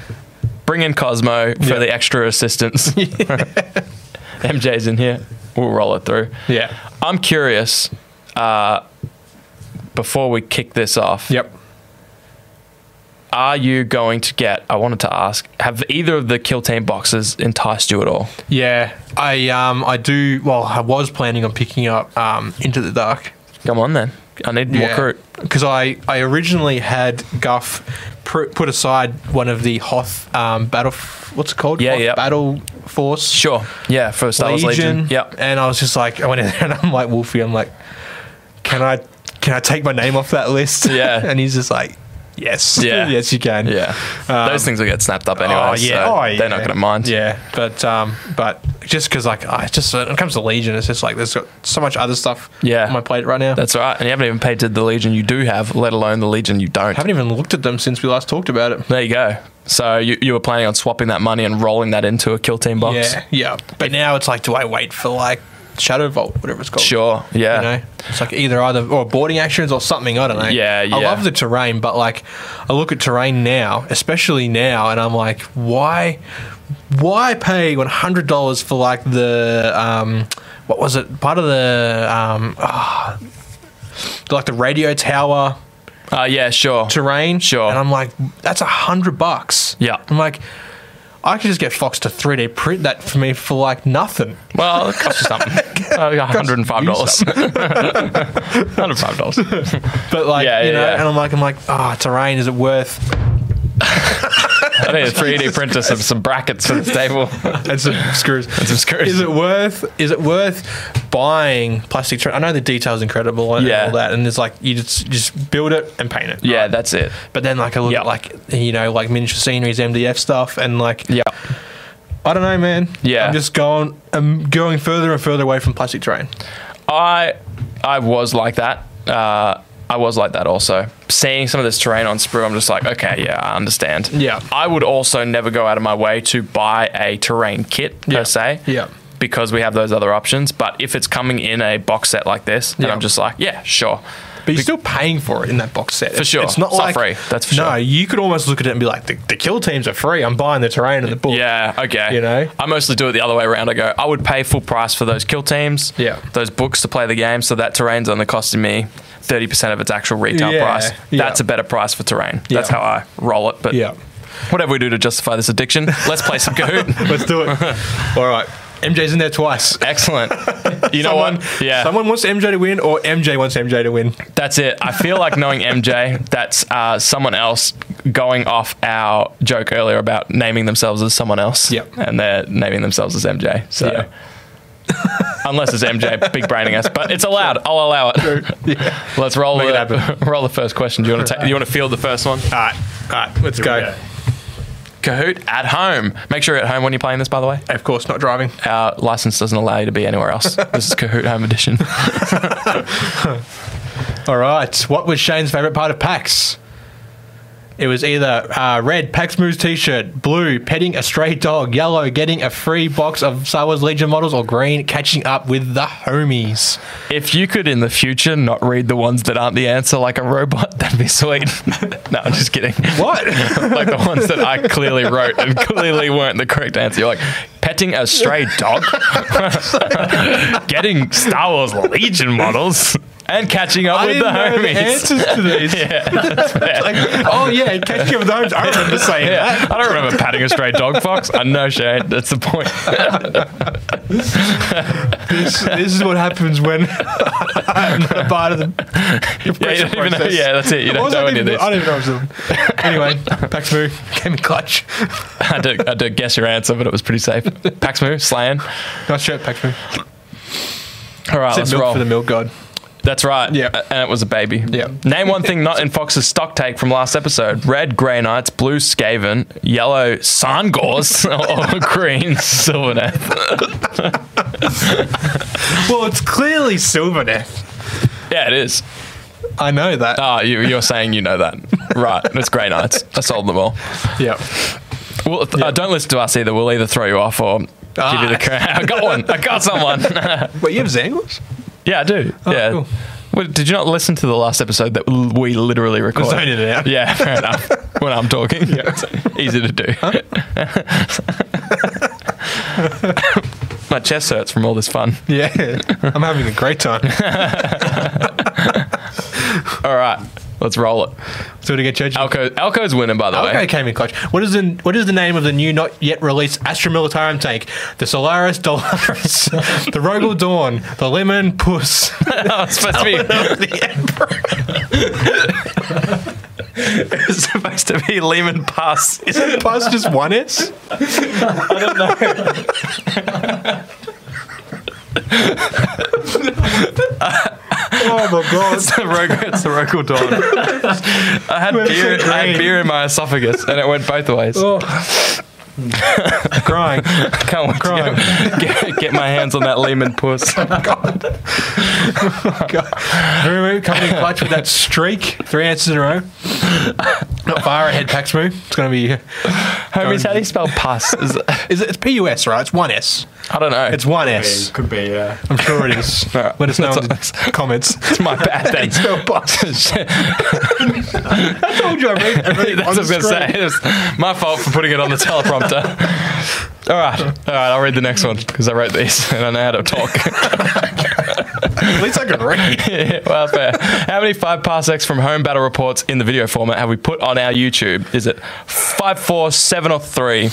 Bring in Cosmo for Yeah. the extra assistance. *laughs* *laughs* MJ's in here. We'll roll it through. Yeah. I'm curious, uh, before we kick this off, Yep. are you going to get, I wanted to ask, have either of the kill team boxes enticed you at all? Yeah. I um I do well, I was planning on picking up um Into the Dark. Come on then. I need more crew. Because I, I originally had Guff pr- put aside one of the Hoth um, battle. F- what's it called? Yeah, Hoth yeah. Battle Force. Sure. Yeah, for Star Wars Legion. Yep. And I was just like, I went in there and I'm like, Wolfie, I'm like, can I can I take my name off that list? Yeah. *laughs* and he's just like, yes. Yeah. yes, you can. Yeah. Um, Those things will get snapped up anyway. Oh yeah. so oh, yeah. They're not going to mind. Yeah, but um, but just because like I just when it comes to Legion, it's just like there's got so much other stuff. Yeah. on my plate right now. That's all right. And you haven't even paid to the Legion you do have, let alone the Legion you don't. I haven't even looked at them since we last talked about it. there you go. So you, you were planning on swapping that money and rolling that into a kill team box? Yeah, yeah. But now it's like, do I wait for like Shadow Vault, whatever it's called? Sure. Yeah. You know, it's like either either or boarding actions or something. I don't know. Yeah, yeah. I love the terrain, but like, I look at terrain now, especially now, and I'm like, why, why pay one hundred dollars for like the um, what was it? Part of the um, ah, like the radio tower Uh, yeah, sure. terrain. Sure. And I'm like, that's a hundred bucks. Yeah. I'm like, I could just get Fox to 3D print that for me for like nothing. well, it costs you *laughs* something. Uh, $105. $105. But like, Yeah, you yeah, know, yeah. and I'm like, I'm like, ah, terrain, is it worth? *laughs* I need a 3D printer, some, some brackets for this *laughs* table. *laughs* And some screws. And some screws. Is it worth? Is it worth buying plastic? Tra- I know the details incredible and Yeah. all that, and it's like you just just build it and paint it. Yeah, right? that's it. But then like I look Yeah. at like you know like miniature sceneries, MDF stuff, and like Yeah. I don't know, man. Yeah. I'm just going. I'm going further and further away from plastic terrain. I I was like that. Uh, I was like that also. Seeing some of this terrain on Sprue, I'm just like, okay, yeah, I understand. Yeah. I would also never go out of my way to buy a terrain kit per Yeah. se. Yeah. Because we have those other options. But if it's coming in a box set like this, then Yeah. I'm just like, yeah, sure. But you're still paying for it in that box set. For sure. It's not It's not like free, that's for no, sure. you could almost look at it and be like, the, the kill teams are free. I'm buying the terrain and the book. Yeah, okay. You know? I mostly do it the other way around. I go, I would pay full price for those kill teams, Yeah. those books to play the game, so that terrain's only costing me 30% of its actual retail Yeah, price. yeah. That's a better price for terrain. That's Yeah. how I roll it. But Yeah. whatever we do to justify this addiction, let's play *laughs* some Kahoot. Let's *laughs* do it. All right. MJ's in there twice. Excellent. You know someone, what? Yeah. Someone wants MJ to win, or MJ wants MJ to *laughs* win. That's it. I feel like knowing MJ, that's uh, someone else going off our joke earlier about naming themselves as someone else. Yep. And they're naming themselves as MJ. So. Yeah. *laughs* Unless it's MJ big braining us, but it's allowed. I'll allow it. Let's roll Make it the, *laughs* roll the first question. Do you want to take, you want to field the first one? All right. All right. Let's Here we go. go. Kahoot at home. Make sure you're at home when you're playing this, by the way. Of course, not driving. Our license doesn't allow you to be anywhere *laughs* else. This is Kahoot Home Edition. All right. What was Shane's favorite part of PAX? It was either uh, red PAX Moves T-shirt, blue petting a stray dog, yellow getting a free box of Star Wars Legion models, or green catching up with the homies. If you could in the future not read the ones that aren't the answer like a robot, *laughs* that'd be sweet. no, I'm just kidding. *laughs* *laughs* What? like the ones that I clearly wrote and clearly weren't the correct answer. You're like, petting a stray dog? *laughs* Getting Star Wars Legion models? And catching up with the homies. answers *laughs* to these. Like, oh yeah, catching up with the homies. I remember saying *laughs* that. yeah, I don't remember patting a stray dog, Fox. I know, Shane. That's the *laughs* point. This, this is what happens when *laughs* I'm not a part of the Yeah, you don't even know- yeah, that's it. You don't What was know I any of even- this. *laughs* I don't even know. what I was doing. Anyway, PAX Move came in clutch. I did, I did guess your answer, but it was pretty safe. Paxmu, slaying. Nice shirt, PAX Move. All right, Said let's milk roll. for the milk god. That's right. Yeah. A- And it was a baby. Yeah. Name one thing not in Fox's stock take from last episode. Red Grey Knights, blue Skaven, yellow Sangors, *laughs* or green Sylvaneth. Well, it's clearly silver now. Yeah, it is. I know that. Ah, you, you're saying you know that. Right. It's Grey Knights. I sold them all. yeah. Well, th- uh, don't listen to us either. We'll either throw you off or Ah. give you the crown. I got one. I got someone. *laughs* Wait, you have Zangles? yeah, I do. yeah. Oh, cool. Well, did you not listen to the last episode that l- we literally recorded? Zoned it out. Yeah, *laughs* fair enough. when I'm talking, it's *laughs* easy to do. *laughs* My chest hurts from all this fun. *laughs* Yeah. I'm having a great *laughs* time. All right, let's roll it. so to get judged. Elko, Elko's winning, by the Okay, way. came in clutch. What is the what is the name of the new not yet released Astra Militarum tank? The Solaris Dolaris, *laughs* the Rogal Dawn, the Lemon Puss, Oh, it's supposed to be the *laughs* Emperor. it's supposed to be Lehman Pass. Isn't Puss just one S? *laughs* I don't know. oh my god! It's the rogue. It's the rogue dawn. I had We're so beer. I green. had beer in my esophagus, and it went both ways. Crying. Can't wait Crime. to get, get, get my hands on that Lehman puss. Remember coming in clutch with that streak, three answers in a row. Not far ahead, Paxmu. It's going to be. *laughs* Homies, how do you spell puss? *laughs* Is, Is it, it's PUS, right? It's one S. I don't know. It's one Could S. be, could be, yeah. I'm sure *laughs* it is. Alright, Let us know in that's- the *laughs* comments. It's *laughs* my bad then. *laughs* I told you I read, I read *laughs* it That's what I on was the going to say. screen. It was my fault for putting it on the *laughs* teleprompter. All right. All right. I'll read the next one because I wrote these *laughs* and I know how to talk. *laughs* At least I could read. Yeah, well, fair. How many five parsecs from home battle reports in the video format have we put on our YouTube? Is it five, four, seven, or three?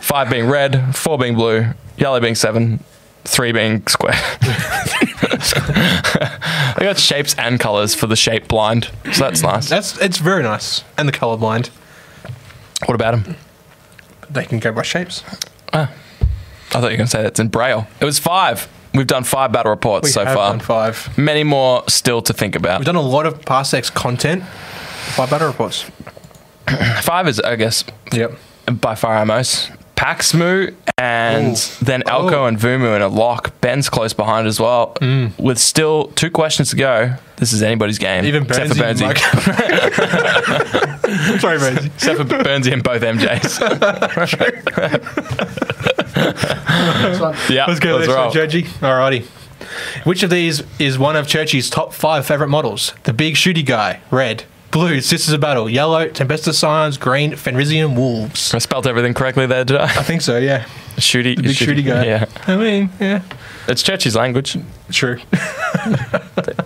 Five being red, four being blue, yellow being seven, three being square. *laughs* I got shapes and colors for the shape blind, so that's nice. That's it's very nice. And the colorblind, What about him? they can go by shapes. I thought you were going to say that's in Braille. It was five. We've done five battle reports We so have far. done five. Many more still to think about. We've done a lot of Parsecs content by battle reports. Five is, I guess, Yep. by far our most. Paxmu and then Oh. Alco and Vumu in a lock. Ben's close behind as well. Mm. With still two questions to go, this is anybody's game. Even except for Burnsy, Burnsy. *laughs* *laughs* Sorry, Ramsey. except for Burnsy and both *laughs* MJs. Next one. yeah, Let's go to the next roll. one, Churchy. Alrighty. Which of these is one of Churchy's top five favourite models? The big shooty guy, red. Blue, Sisters of Battle. Yellow, Tempesta Scions. Green, Fenrisian Wolves. I spelled everything correctly there, did I? I think *laughs* so, yeah. Shooty, *laughs* Big shooty guy. Yeah, I mean, yeah. it's Churchy's language. *laughs* True.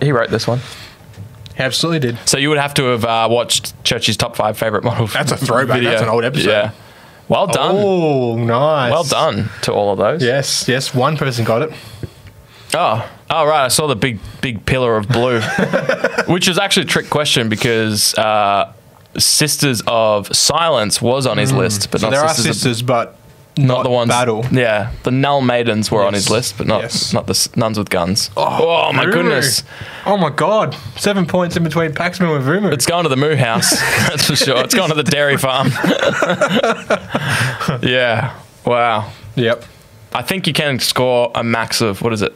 He wrote this one. He absolutely did. So you would have to have uh, watched Churchy's top five favorite models. That's a throwback. That's an old episode. Yeah. Well done. Oh, nice. Well done to all of those. Yes, yes. One person got it. Oh, oh right. I saw the big, big pillar of blue, which is actually a trick question because uh, Sisters of Silence was on his list, but So not there are Sisters, of- sisters, but not, the ones. Battle. Yeah, the Null Maidens were on Yes. his list, but not Yes. not the s- nuns with guns. Oh, my Vumu. goodness, Oh my god. Seven points in between Paxman and Vumu. it's going to the Moo House. *laughs* that's for sure. It's going to the dairy farm. *laughs* yeah. Wow. yep. I think you can score a max of what is it?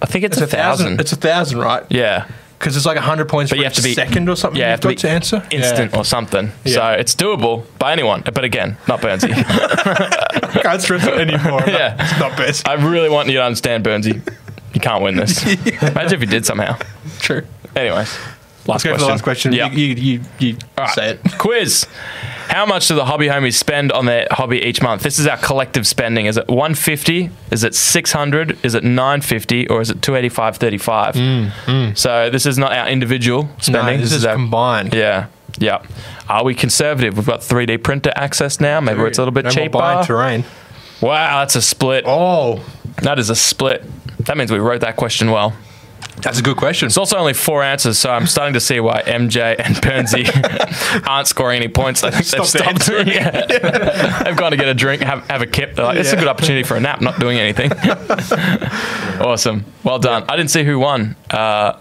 I think it's, a, thousand. It's a thousand, right? yeah. Because it's like hundred points but for you have each to be second or something. Yeah, you you've have to got be to, answer *laughs* instant or something. Yeah. So it's doable by anyone. But again, not *laughs* Burnsy. Yeah. Can't *laughs* stress it anymore. Yeah. it's not best. I really want you to understand Burnsy. You can't win *laughs* this. Imagine if you did somehow. True. Anyways, last Let's go question. for the last question. Yeah. You, you, you, you All right. say it. Quiz. How much do the hobby homies spend on their hobby each month? This is our collective spending. Is it 150? Is it 600? Is it 950? Or is it 285.35? So this is not our individual spending. Mm, No, this is our combined. Yeah. Yeah. Are we conservative? We've got 3D printer access now. Maybe it's a little bit no cheaper. More buying terrain. Wow, that's a split. Oh, That is a split. That means we wrote that question well. that's a good question. It's also only four answers, so I'm starting to see why MJ and *laughs* Bernsey aren't scoring any points. I think they've Stopped stopped. Yeah. *laughs* they've gone to get a drink, have, have a kip. They're like, it's a good opportunity for a nap, not doing *laughs* anything. awesome. Well done. I didn't see who won. Uh,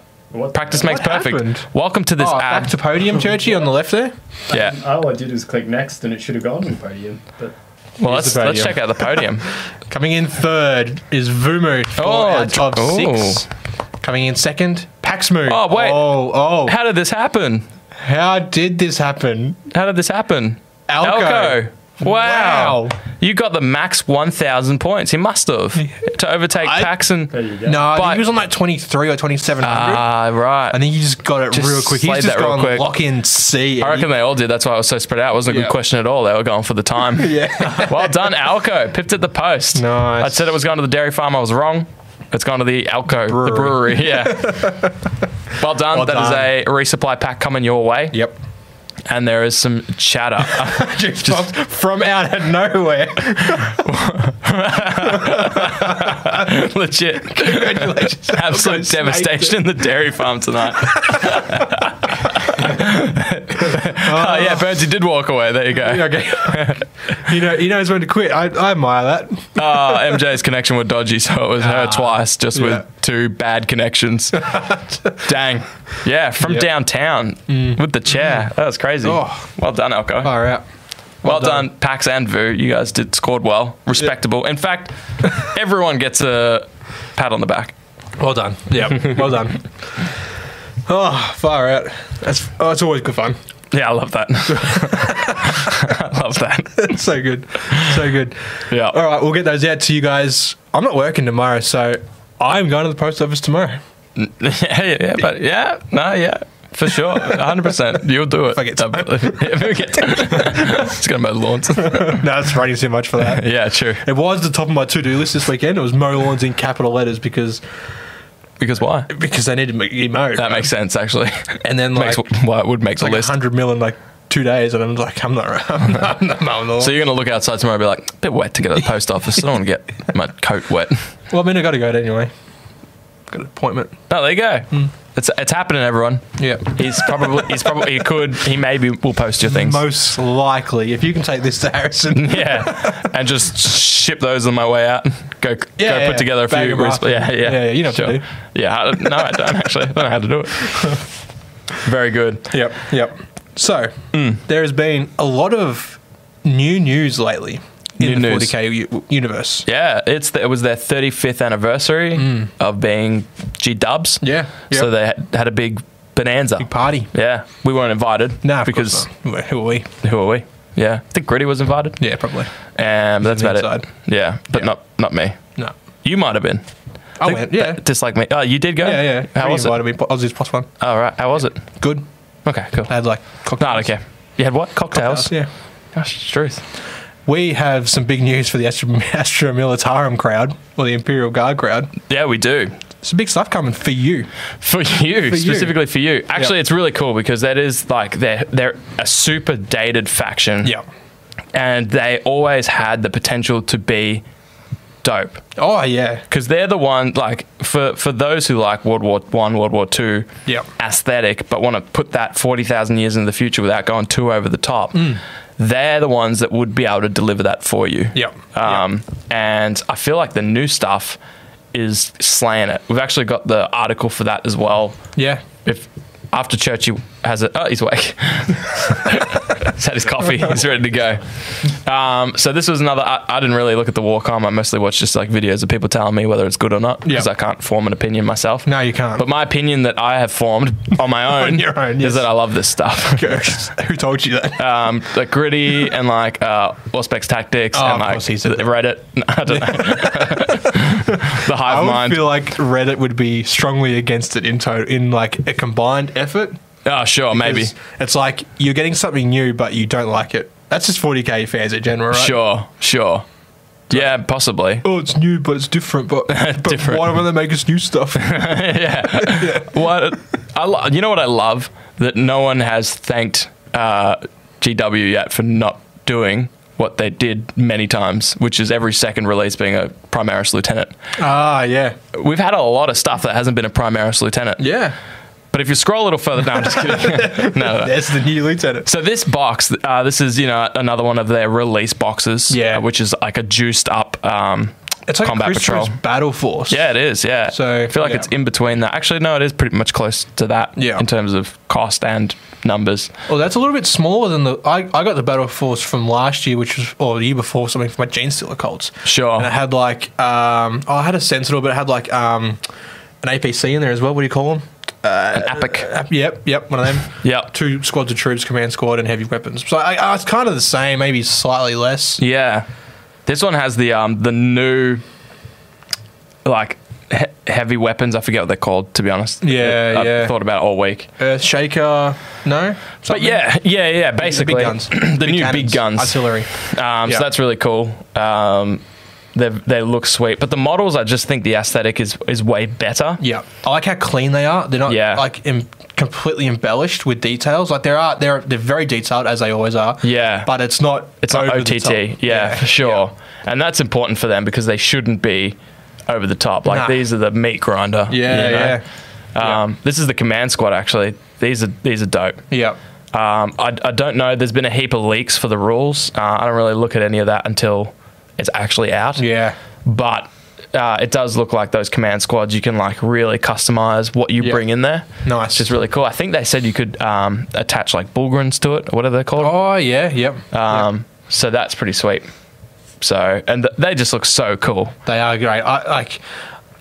practice makes What perfect. happened? Welcome to this oh, ad. back to podium, Churchy on the left there. yeah. All I did was click next, and it should have gone to podium. But Well, Here's let's, the let's podium. check out the podium. Coming in third is Vumu, four Oh, out of oh. six. Coming in second, Paxmu. Oh, wait. Oh, oh. How, How did this happen? did this happen? How did this happen? Alco. Alco. Wow. Wow. You got the max 1,000 points. He must have. to overtake I- Paxson. there you go. No, I think But- he was on like 23 or 2700. Ah, right. I think he just got it Just real quick. He's slayed just that real gone quick. lock in C. I reckon they all did. That's why it was so spread out. It wasn't a Yeah. good question at all. They were going for the *laughs* time. yeah. *laughs* well done, Alco. Pipped at the post. Nice. I said it was going to the dairy farm. I was wrong. It's gone to the Alco, Brewery. the *laughs* brewery. Yeah. well done. Well That is done. a resupply pack coming your way. Yep. And there is some chatter. *laughs* *laughs* Just, from, from out of nowhere. Legit. *laughs* Absolute devastation in the dairy farm *laughs* tonight. *laughs* oh, yeah. Burnsy did walk away. There you go. okay. you know, *laughs* he knows when to quit. I, I admire that. uh, MJ's connection were dodgy, so it was her twice, just Ah, yeah. with two bad *laughs* connections. Dang. Yeah, from Yep. Mm. downtown with the chair. That was crazy. Oh. Well done, Elko. Far out. well done. Pax and Vu. You guys did scored well. Respectable. In fact, *laughs* everyone gets a pat on the back. Well done. Yeah. well done. *laughs* Oh, far out. That's oh, it's always good fun. *laughs* Yeah, I love that. *laughs* I love that. *laughs* It's so good. So good. Yeah. All right, we'll get those out to you guys. I'm not working tomorrow, so I'm going to the post office tomorrow. *laughs* yeah, yeah, yeah, but yeah, no, yeah, for sure, hundred percent. You'll do it. *laughs* If I get time. *laughs* it's gonna mow the *laughs* lawns. No, it's raining too much for *laughs* that. yeah, true. It was the top of my to-do list this weekend. It was mow lawns in capital letters because Because why? because they need to be mowed. That makes sense, actually. *laughs* and then like makes, well, it would make it's the like list. hundred mil in like two days, and I'm like, I'm not, *laughs* I'm not, I'm not mowing the lawn. So you're going to look outside tomorrow and be like, a bit wet to *laughs* get to the post office. I don't want to get my coat wet. well, I mean, I got to go anyway. Got an appointment. No, there you go. Hmm. It's, it's happening, everyone. Yeah. He's probably, he's probably, he could, he maybe will post your things. Most likely, if you can take this to Harrison, *laughs* Yeah. And just ship those on my way out. Go, go yeah. put together a Bag few. 'em up resp- yeah, and- yeah. yeah, you know what to do. Yeah. I, no, I don't actually. I don't know how to do *laughs* it. Very good. Yep, Hmm. yep. So there has been a lot of new news lately. in New the news. 40k u- universe. Yeah, it's the, it was their 35th anniversary of being G Dubs. Mm. Yeah, So they had, had a big bonanza. Big party. yeah, we weren't invited. Nah, of because course not. who are we? who are we? Yeah, I think Gritty was invited. Yeah, probably. Um, but that's the about inside. it. Yeah, but not not me. No. You might have been. I Think- went. Yeah. Just like me. Oh, you did go. yeah, yeah. How He was it? invited Me. Po- Aussies plus one. All right. How was it? Good. Okay. Cool. I had like No, I cocktails. don't care. You had what? Cocktails. Cocktails, Yeah. Gosh, truth. We have some big news for the Astra, *laughs* Astra Militarum crowd or the Imperial Guard crowd. Yeah, we do. Some big stuff coming for you. For you, For you. specifically for you. Actually, it's really cool because that is like they're they're a super dated faction. And they always had the potential to be dope. Oh yeah. because they're the one like for for those who like World War One, World War Two Yep. aesthetic, but want to put that forty thousand years into the future without going too over the top. Mm. They're the ones that would be able to deliver that for you. Yep. Um, And I feel like the new stuff is slaying it. We've actually got the article for that as well. Yeah. If after church he has it, oh, he's awake. *laughs* he's had his coffee. He's ready to go. Um, so this was another. I, I didn't really look at the Warcom. I mostly watched just like videos of people telling me whether it's good or not because Yeah. I can't form an opinion myself. No, you can't. But my opinion that I have formed on *laughs* my own, your own, is yes. that I love this stuff. *laughs* *laughs* Who told you that? Um, like gritty and like uh, Auspex tactics Oh, and of like course he said that. Reddit. *laughs* No, I don't know. *laughs* the I hive would mind. feel like Reddit would be strongly against it in to- in like a combined effort. oh, sure, maybe. 'Cause it's like you're getting something new, but you don't like it. That's just 40k fans in general, right? Sure, sure. Yeah, possibly. Oh, it's new, but it's different. *laughs* But, but Different. why don't they make us new *laughs* stuff? yeah. What I lo- you know what I love that no one has thanked uh, GW yet for not doing what they did many times, which is every second release being a Primaris lieutenant. ah, yeah, We've had a lot of stuff that hasn't been a Primaris lieutenant. yeah. But if you scroll a little further down, I'm just *laughs* kidding. *laughs* no, no, no. That's the new lieutenant. So this box, uh, this is you know another one of their release boxes, Yeah. uh, which is like a juiced up um, It's like combat Christmas patrol. Battle Force. Yeah, it is. Yeah. So, I feel like yeah. it's in between that. Actually, no, it is pretty much close to that Yeah. in terms of cost and numbers. Well, that's a little bit smaller than the. I, I got the Battle Force from last year, which was or the year before something from my Gene Stealer Colts. Sure. And it had like um, oh, I had a Sentinel, but it had like um, an APC in there as well. What do you call them? Uh, An epic. Yep, yep, one of them. *laughs* Yep. Two squads of troops, command squad, and heavy weapons. So I, I, it's kind of the same, maybe slightly less. Yeah. This one has the um the new like he- heavy weapons. I forget what they're called. To be honest. Yeah, I, yeah. thought about it all week. Earthshaker, no. But yeah, yeah, yeah. Basically, *clears throat* big guns, the new big cannons, guns. artillery. Um, Yeah. So that's really cool. Um, they they look sweet, but the models I just think the aesthetic is is way better. Yeah, I like how clean they are. They're not Yeah. like em- completely embellished with details. Like there are, they're they're very detailed as they always are. Yeah. but it's not. It's not over the OTT. Yeah, top. for sure. And that's important for them because they shouldn't be over the top. Like Nah. these are the meat grinder. Yeah, you know? yeah, Um, this is the command squad. Actually, these are these are dope. yeah. Um, I, I don't know. There's been a heap of leaks for the rules. Uh, I don't really look at any of that until it's actually out. Yeah. But uh, it does look like those command squads. You can like really customize what you Yeah. bring in there. Nice. Which is really cool. I think they said you could um, attach like bulgrins to it. Or what are they called? Oh yeah, yep. Um, So that's pretty sweet. So and th- they just look so cool. They are great. I like,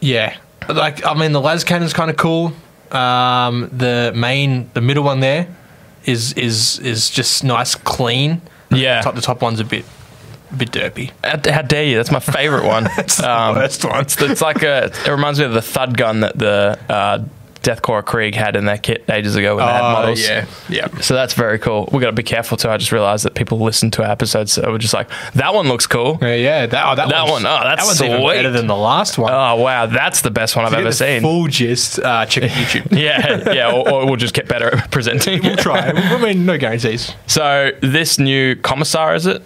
yeah, like I mean, the las cannon's kind of cool. Um, the main, the middle one there, is is is just nice, clean. Yeah. top, the top one's a bit, a bit *laughs* derpy. How, how dare you? That's my favorite *laughs* one. it's worst one. It's, it's like a. It reminds me of the thud gun that the uh, Deathcore Krieg had in their kit ages ago when they had models. Oh, yeah. So that's very cool. We got to be careful too. I just realized that people listen to our episodes, so we're just like, that one looks cool. Yeah, yeah, that, oh, that, That one's- one, oh, that's that one's even sweet. better than the last one. Oh wow, that's the best one I've To get ever the seen. Full gist, uh, check out *laughs* YouTube. yeah, yeah, or, or we'll just get better at *laughs* *laughs* presenting. we'll try. I mean, no guarantees. So this new commissar is it?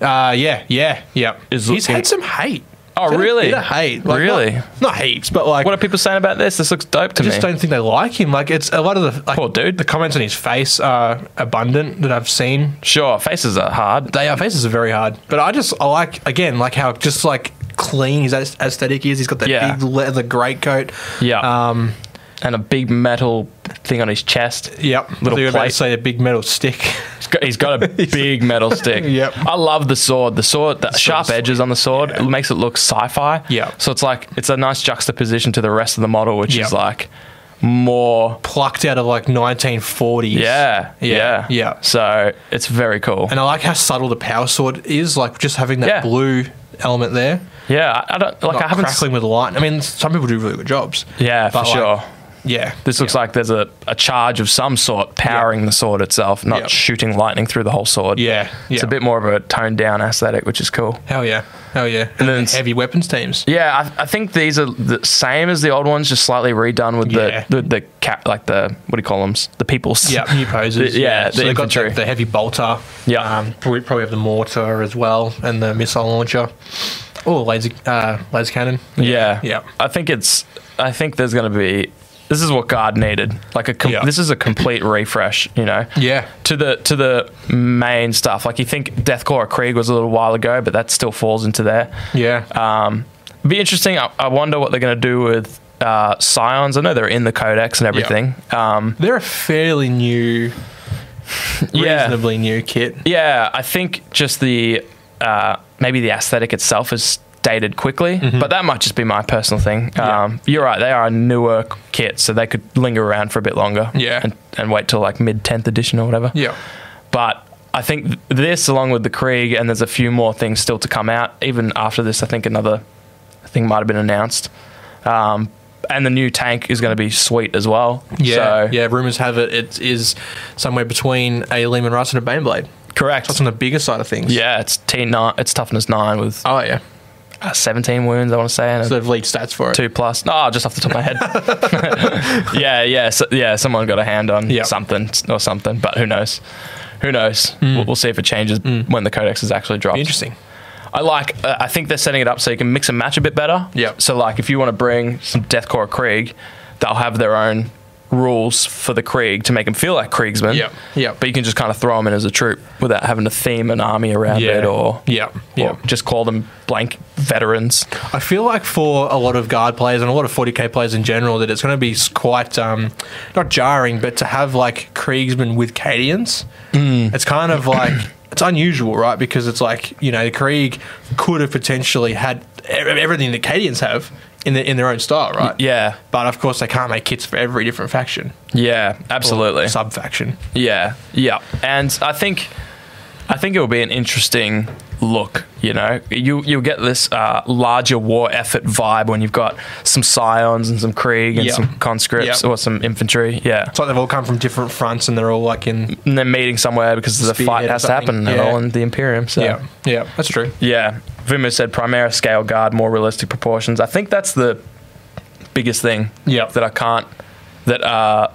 Uh, yeah, yeah, yeah. Is He's looking- had some hate. Oh, He's had a really? bit of hate. Like, Really? Not, not heaps, but like What are people saying about this? This looks dope to I just me. don't think they like him. Like it's a lot of the like, Poor dude. The comments on his face are abundant that I've seen. Sure, faces are hard. They are faces are very hard, but I just I like again like how just like clean his aes- aesthetic is. He's got that Yeah. big leather greatcoat. Yeah. Um. and a big metal thing on his chest. Yep. Little They were about to plate. say a big metal stick. *laughs* He's got, he's got a big metal stick. Yep. I love the sword. The sword, the sharp edges on the sword, it makes it look sci-fi. Yeah. So it's like it's a nice juxtaposition to the rest of the model, which Yep. is like more. plucked out of like 1940s. Yeah, yeah, yeah. So it's very cool. And I like how subtle the power sword is, like just having that Yeah. blue element there. yeah, I, I don't like. Like I haven't. s- crackling with light. I mean, some people do really good jobs. Yeah, for but, like, sure. Yeah. This looks like there's a, a charge of some sort powering the sword itself, not Yep. shooting lightning through the whole sword. Yeah, It's a yeah. bit more of a toned down aesthetic, which is cool. Hell yeah. Hell yeah. And, then then it's- heavy weapons teams. Yeah, I, I think these are the same as the old ones, just slightly redone with Yeah. the, the the cap, like the what do you call them? The peoples. Yeah, new poses. The- yeah, the so they've got the, infantry. the heavy bolter. Yeah. probably, probably have the mortar as well, and the missile launcher. Oh, laser, uh, laser cannon. *laughs* Yeah. Yeah. I think it's. I think there's going to be. This is what God needed. Like a. Com- Yeah. This is a complete refresh. You know. Yeah. To the to the main stuff. Like you think Deathcore or Krieg was a little while ago, but that still falls into there. Yeah. Um, be interesting. I, I wonder what they're going to do with uh, Scions. I know they're in the Codex and everything. Um, They're a fairly *laughs* new, yeah. reasonably new kit. Yeah, I think just the uh, maybe the aesthetic itself is dated quickly, Mm-hmm. but that might just be my personal thing. Um, You're right; they are a newer kit, so they could linger around for a bit longer. Yeah. and, and wait till like mid tenth edition or whatever. Yeah. but. I think th- this, along with the Krieg, and there's a few more things still to come out. Even after this, I think another thing might have been announced. Um, and the new tank is going to be sweet as well. Yeah, So- yeah. Rumors have it it is somewhere between a Lehman Russ and a Baneblade. correct. That's on the bigger side of things. Yeah, it's T nine. It's toughness nine with Oh yeah. uh, 17 wounds, I want to say, and a So they've leaked stats for it. two plus. No, just off the top of my head. *laughs* yeah, yeah, so, yeah. Someone got a hand on Yeah. something or something, but who knows? Who knows? We'll, we'll see if it changes when the codex is actually dropped. Be Mm. Interesting. I like. Uh, I think they're setting it up so you can mix and match a bit better. Yeah. So like, if you want to bring some deathcore or Krieg, they'll have their own rules for the Krieg to make them feel like Kriegsmen. Yeah, yeah. But you can just kind of throw them in as a troop without having to theme an army around Yeah. it or Yeah, yeah. or just call them blank veterans. I feel like for a lot of guard players and a lot of 40k players in general, that it's going to be s- quite um, not jarring, but to have like Kriegsman with Cadians, Mm. it's kind of like *coughs* it's unusual, right? Because it's like you know the Krieg could have potentially had e- everything that Cadians have in their, in their own style, right? Yeah. But of course, they can't make kits for every different faction, Yeah, absolutely. sub faction. Yeah, yeah, and I think I think it will be an interesting look. You know, you you'll get this uh, larger war effort vibe when you've got some scions and some Krieg and Yeah. some conscripts Yeah. or some infantry. Yeah, It's like they've all come from different fronts and they're all like in and they're meeting somewhere because the Spearhead fight or has to happen something. and Yeah. all in the Imperium. So yeah, yeah. That's true. yeah, Vimu said Primera scale guard, more realistic proportions. I think that's the biggest thing Yeah. that I can't, that uh,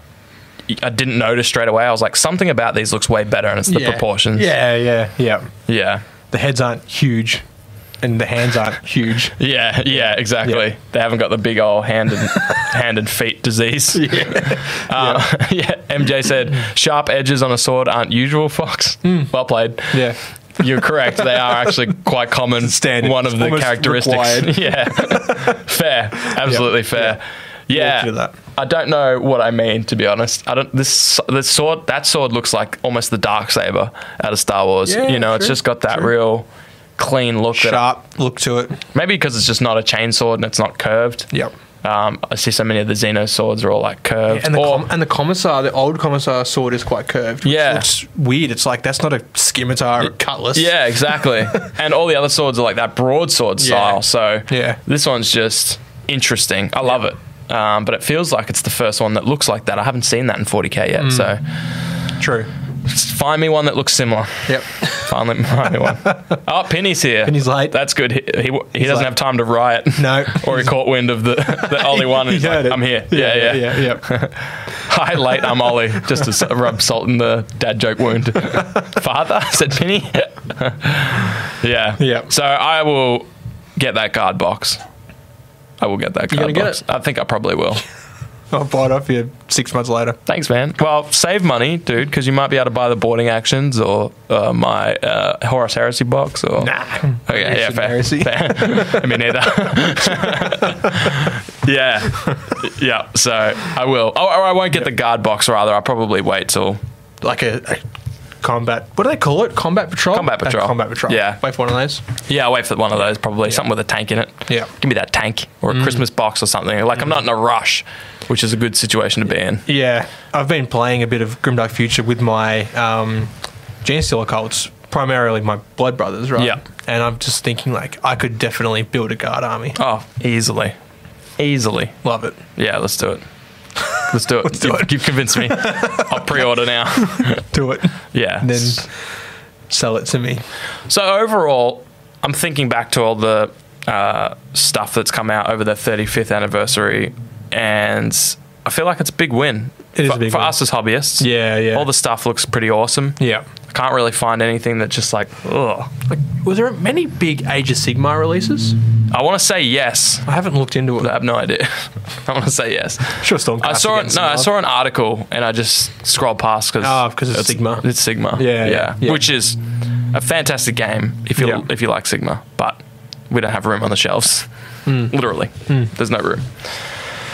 I didn't notice straight away. I was like, something about these looks way better, and it's the Yeah. proportions. Yeah, yeah, yeah. Yeah. the heads aren't huge and the hands aren't huge. Yeah, yeah, exactly. Yeah. They haven't got the big old hand and *laughs* hand and feet *laughs* disease. Yeah. Uh, *laughs* yeah. MJ said sharp edges on a sword aren't usual, Fox. Well played. Hmm. Yeah. You're correct. They are *laughs* actually quite common. standard. One of It's the almost characteristics. *laughs* required. *laughs* Yeah. fair. Absolutely fair. Yeah. Yeah, do that. I don't know what I mean to be honest. I don't this this sword that sword looks like almost the dark saber out of Star Wars. Yeah, you know, it's true, just got that true. real clean look that Sharp look to it. Maybe because it's just not a chain sword and it's not curved. Yep. Um, I see so many of the Xeno swords are all like curved. And the, or, com- and the commissar, the old commissar sword is quite curved. which Yeah. looks weird. It's like that's not a scimitar or a *laughs* cutlass. yeah, *laughs* exactly. and all the other swords are like that broadsword Yeah. style. So Yeah. this one's just interesting. I love it. Um, but it feels like it's the first one that looks like that. I haven't seen that in 40k yet. Mm. So true. just find me one that looks similar. Yep. Finally, *laughs* find me one. Oh, Penny's here. Penny's late. That's good. He, he, he doesn't late. have time to riot. No. *laughs* or he caught wind of the, *laughs* the Ollie one and he's like, I'm here. Yeah, yeah. yeah, yeah, yeah. Hi, late. I'm Ollie. Just to s- rub salt in the dad joke wound. Father, *laughs* said Penny. yeah. Yeah. So I will get that guard box. I will get that You guard gonna get box. it? I think I probably *laughs* will. I'll buy it off you six months later. Thanks, man. Well, save money, dude, because you might be able to buy the boarding actions or uh, my uh, Horus Heresy box or. Nah. Okay, yeah, Heresy, fair. heresy. *laughs* fair. Me neither. *laughs* yeah. Yeah, so I will. Oh, or I won't get the guard box, rather. I'll probably wait till Like a, a combat. What do they call it? Combat patrol. Combat Uh, patrol. combat patrol. Yeah. Wait for one of those. Yeah, I'll wait for one of those probably. Something with a tank in it. Yeah. Mm. Give me that tank or a Christmas box or something. Like, I'm not in a rush, which is a good situation to be in. Yeah, I've been playing a bit of Grimdark Future with my um, Gene Stealer cults, primarily my Blood Brothers, right? Yeah. And I'm just thinking like I could definitely build a guard army. Oh, easily. Easily. Love it. Yeah, let's do it. Let's do it. *laughs* Let's do you've, it. you've convinced *laughs* me. I'll pre order now. *laughs* Do it. Yeah. And then sell it to me. So overall, I'm thinking back to all the uh, stuff that's come out over the 35th anniversary, and I feel like it's a big win. It is for, a big for win. us as hobbyists. Yeah, yeah. All the stuff looks pretty awesome. Yeah. I can't really find anything that just like, ugh. Like, was there many big Age of Sigma releases? I want to say yes. I haven't looked into it. I have no idea. *laughs* I want to say yes. Sure, Stormcast. I saw again, it, no, I Sigma. saw an article and I just scrolled past because Oh, 'cause it's Sigma. It's Sigma. Yeah, yeah, yeah. Which is a fantastic game if you Yeah. if you like Sigma, but we don't have room on the shelves. Hmm. Literally, there's no room. *laughs*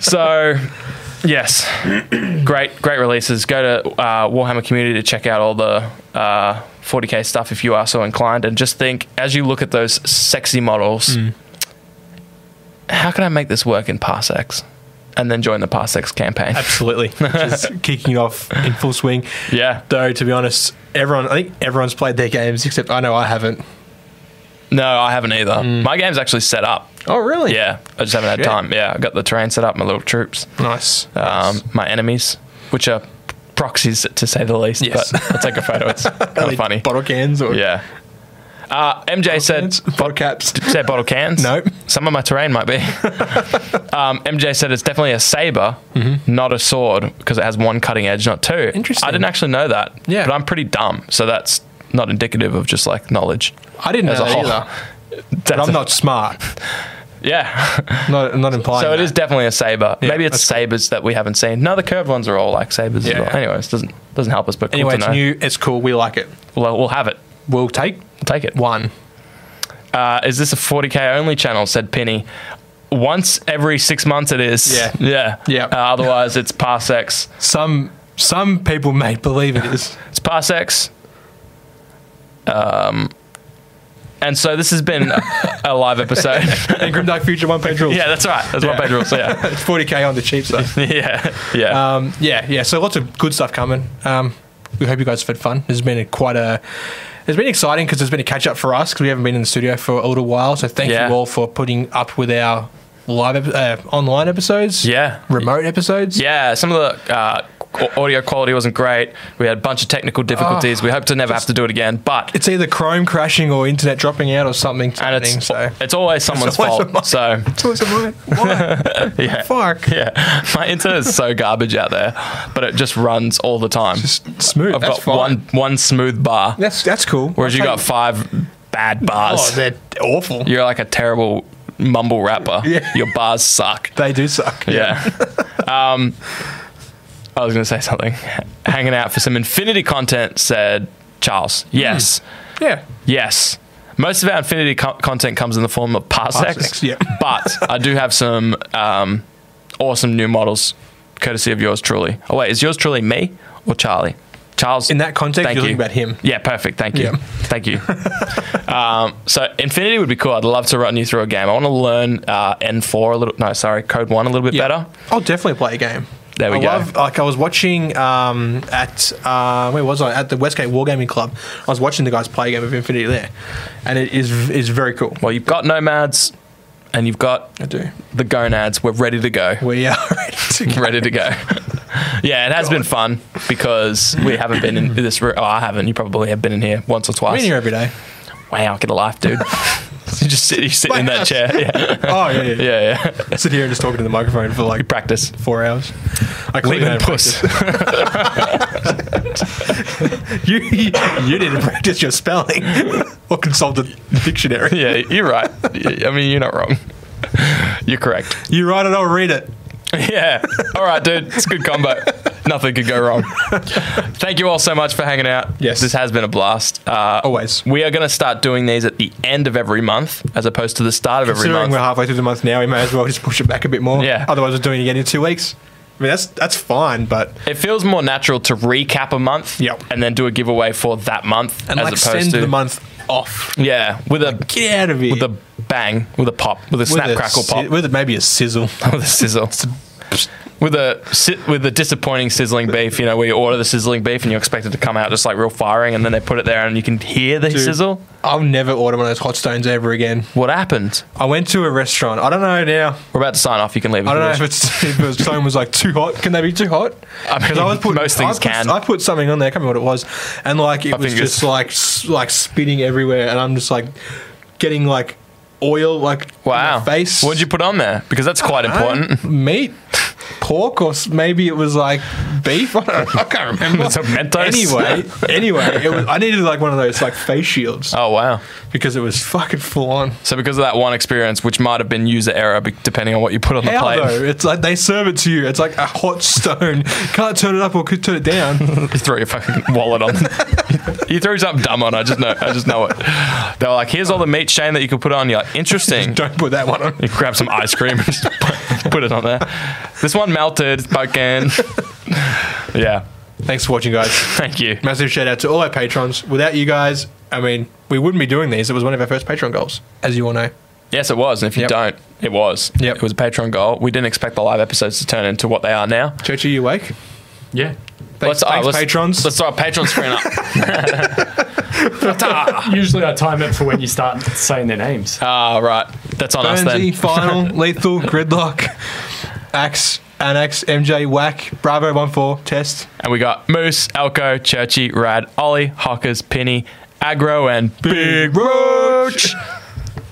so, yes, great great releases. Go to uh, Warhammer Community to check out all the. Uh, 40k stuff if you are so inclined and just think as you look at those sexy models Mm. how can i make this work in parsecs and then join the parsecs campaign Absolutely. Just kicking off in full swing. Yeah. Though, to be honest, everyone, I think everyone's played their games except I know I haven't. *laughs* No, I haven't either. My game's actually set up. Oh, really? Yeah, I just haven't had Mm. Shit. time. Yeah, I got the terrain set up, my little troops, Nice. um, my enemies, which are proxies to say the least. Yes. But I'll take a photo. *laughs* It's kind Are of they funny. Bottle cans or Yeah. Uh, MJ said cans? bottle caps. said bottle cans. *laughs* Nope. Some of my terrain *laughs* might be. um, MJ said it's definitely a saber, not a sword, because it has one cutting edge, not two. Mm-hmm. Interesting. I didn't actually know that. Yeah. But I'm pretty dumb, so that's not indicative of just like knowledge. I didn't know As a that whole. either. That's But I'm a- not smart. *laughs* Yeah. Not, not implying. So it that. is definitely a saber. Yeah, Maybe it's that's sabers that we haven't seen. No, the curved ones are all like sabers Yeah. as well. Anyways, doesn't doesn't help us, but cool Anyway, to it's know. new. It's cool. We like it. We'll, we'll have it. We'll take We'll take it. one. Uh, is this a 40k only channel? Said Penny. Once every six months, it is. Yeah. *laughs* yeah, Yeah. Uh, otherwise, it's parsecs. Some some people may believe *laughs* it is. It's parsecs. Um, and so this has been a, a live episode. and Grimdark Future one page *laughs* rules. yeah, that's right. That's one page rule. So yeah, It's 40k on the cheap *laughs* stuff. yeah, yeah. Um, yeah, yeah. So lots of good stuff coming. Um, we hope you guys have had fun. It's been a, quite a. It's been exciting because there's been a catch up for us because we haven't been in the studio for a little while. So thank Yeah. you all for putting up with our live ep- uh, online episodes. Yeah. Remote episodes. Yeah, some of the uh, au- audio quality wasn't great. We had a bunch of technical difficulties. we hope to never have to do it again, but It's either Chrome crashing or internet dropping out or something. and happening, it's so. it's always someone's always mine. fault. So It's always a *laughs* Why? yeah. *laughs* Fuck. Yeah, my internet is so garbage out there, but it just runs all the time. Smooth. I've that's got fine. one one smooth bar, That's that's cool. whereas you I'll got take- five bad Oh, bars. they're awful. You're like a terrible mumble rapper. Yeah. Your bars suck. They do suck. Yeah. um, I was going to say something. Hanging out for some Infinity content, said Charles. Yes. Yeah. Yes. Most of our Infinity co- content comes in the form of parsecs. Parsecs, yeah. *laughs* but I do have some um, awesome new models, courtesy of yours truly. Oh, wait, is yours truly me or Charlie? Charles. In that context, thank you're you. talking about him. Yeah, perfect. Thank you. Yeah. Thank *laughs* you. um, so, Infinity would be cool. I'd love to run you through a game. I want to learn uh, N4 a little, no, sorry, Code 1 a little bit Yeah. better. I'll definitely play a game. There we I go. like I was watching um, at uh, where was I at the Westgate Wargaming Club. I was watching the guys play a game of Infinity there, and it is is very cool. Well, you've got Nomads and you've got I do. the Gonads. We're ready to go. We *laughs* are ready to *laughs* go. ready to go. yeah, it has been fun because we haven't been in this room. Oh, I haven't. You probably have been in here once or I'm twice. in here *laughs* every day. Wow, get a life, dude. you just sit, you sit My in that house. chair. Yeah, Oh yeah, yeah. yeah. yeah. yeah. I sit here and just talking to the microphone for like Practice. four hours. I clearly Lehman don't Puss. practice. you you need to *laughs* practice your spelling *laughs* or consult the dictionary. *laughs* yeah, you're right. Y- I mean, you're not wrong. You're correct. You write it, I'll read it. Yeah. All right, dude. It's a good combo. Nothing could go wrong. Thank you all so much for hanging out. Yes. This has been a blast. Uh, Always. We are going to start doing these at the end of every month as opposed to the start of every Considering month. we're halfway through the month now, we may as well just push it back a bit more. Yeah. Otherwise, we're doing it again in two weeks. I mean, that's that's fine, but It feels more natural to recap a month Yep. and then do a giveaway for that month and as like opposed send to the month off. yeah with a Get out of here. with a bang with a pop with a snap With a crackle si- pop With a, maybe a *laughs* sizzle. with a *laughs* sizzle. With a sit with a disappointing sizzling beef, you know, where you order the sizzling beef and you expect it to come out just like real firing, and then they put it there and you can hear the sizzle. I'll never order one of those hot stones ever again. What happened? I went to a restaurant. I don't know now. We're about to sign off. You can leave. I don't know if if you it's *laughs* if it was, something was like too hot. Can they be too hot? I mean, most things I put, can. I put something on there. I can't remember what it was, and like it I was think it's- just like s- like spitting everywhere, and I'm just like getting like oil like in wish. my Wow. face. What'd you put on there? Because that's quite important. Uh, meat, pork, or s- maybe it was like beef. *laughs* I, *laughs* don't know. I can't remember. Some Mentos? Anyway, anyway, it was, I needed like one of those like face shields Oh wow. because it was fucking full on. So because of that one experience, which might have been user error, be- depending on what you put on the How plate, though? It's like they serve it to you. It's like a hot stone. Can't turn it up or could turn it down. *laughs* *laughs* you throw your fucking wallet on. *laughs* you threw something dumb on. I just know. I just know it. They were like, "Here's all the meat, Shane, that you could put on." You're like, "Interesting." Don't put that one on. You grab some ice cream and just put, put it on there. This one melted, fucking. *laughs* yeah. Thanks for watching, guys. Thank you. Massive shout out to all our patrons. Without you guys, I mean, we wouldn't be doing these. It was one of our first Patreon goals, as you all know. Yes, it was. And if you Yep. don't, it was. Yep. It was a Patreon goal. We didn't expect the live episodes to turn into what they are now. Churchy, you awake? Yeah. Thanks, oh, thanks patrons. Let's throw a Patreon screen *laughs* up. Ta-ta. Usually I time it for when you start saying their names. Ah, right. That's on us then. *laughs* Burnsy, Final, Lethal, Gridlock, Axe, Annex, MJ, Whack, Bravo, 1-4, Test. And we got Moose, Elko, Churchy, Rad, Ollie, Hockers, Penny, Aggro, and Big Roach.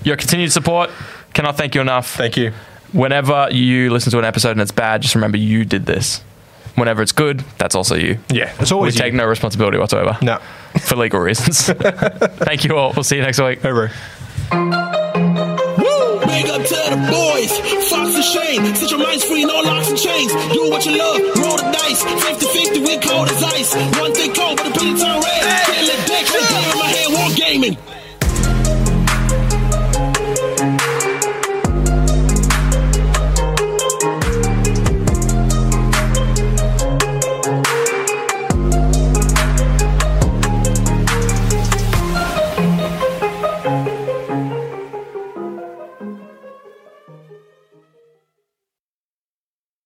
Your continued support. Cannot thank you enough. Thank you. Whenever you listen to an episode and it's bad, just remember you did this. Whenever it's good, that's also you. Yeah, it's We always you. take no responsibility whatsoever. No. *laughs* For legal *laughs* reasons. Thank you all. We'll see you next week. Over. Woo! Big up to the boys, Fox and Shane. Set your minds free, no locks and chains. Do what you love, roll the dice. 50 50, we cold as ice. One thing cold, but the penny turn red. Can't let that go down, my hand, war gaming.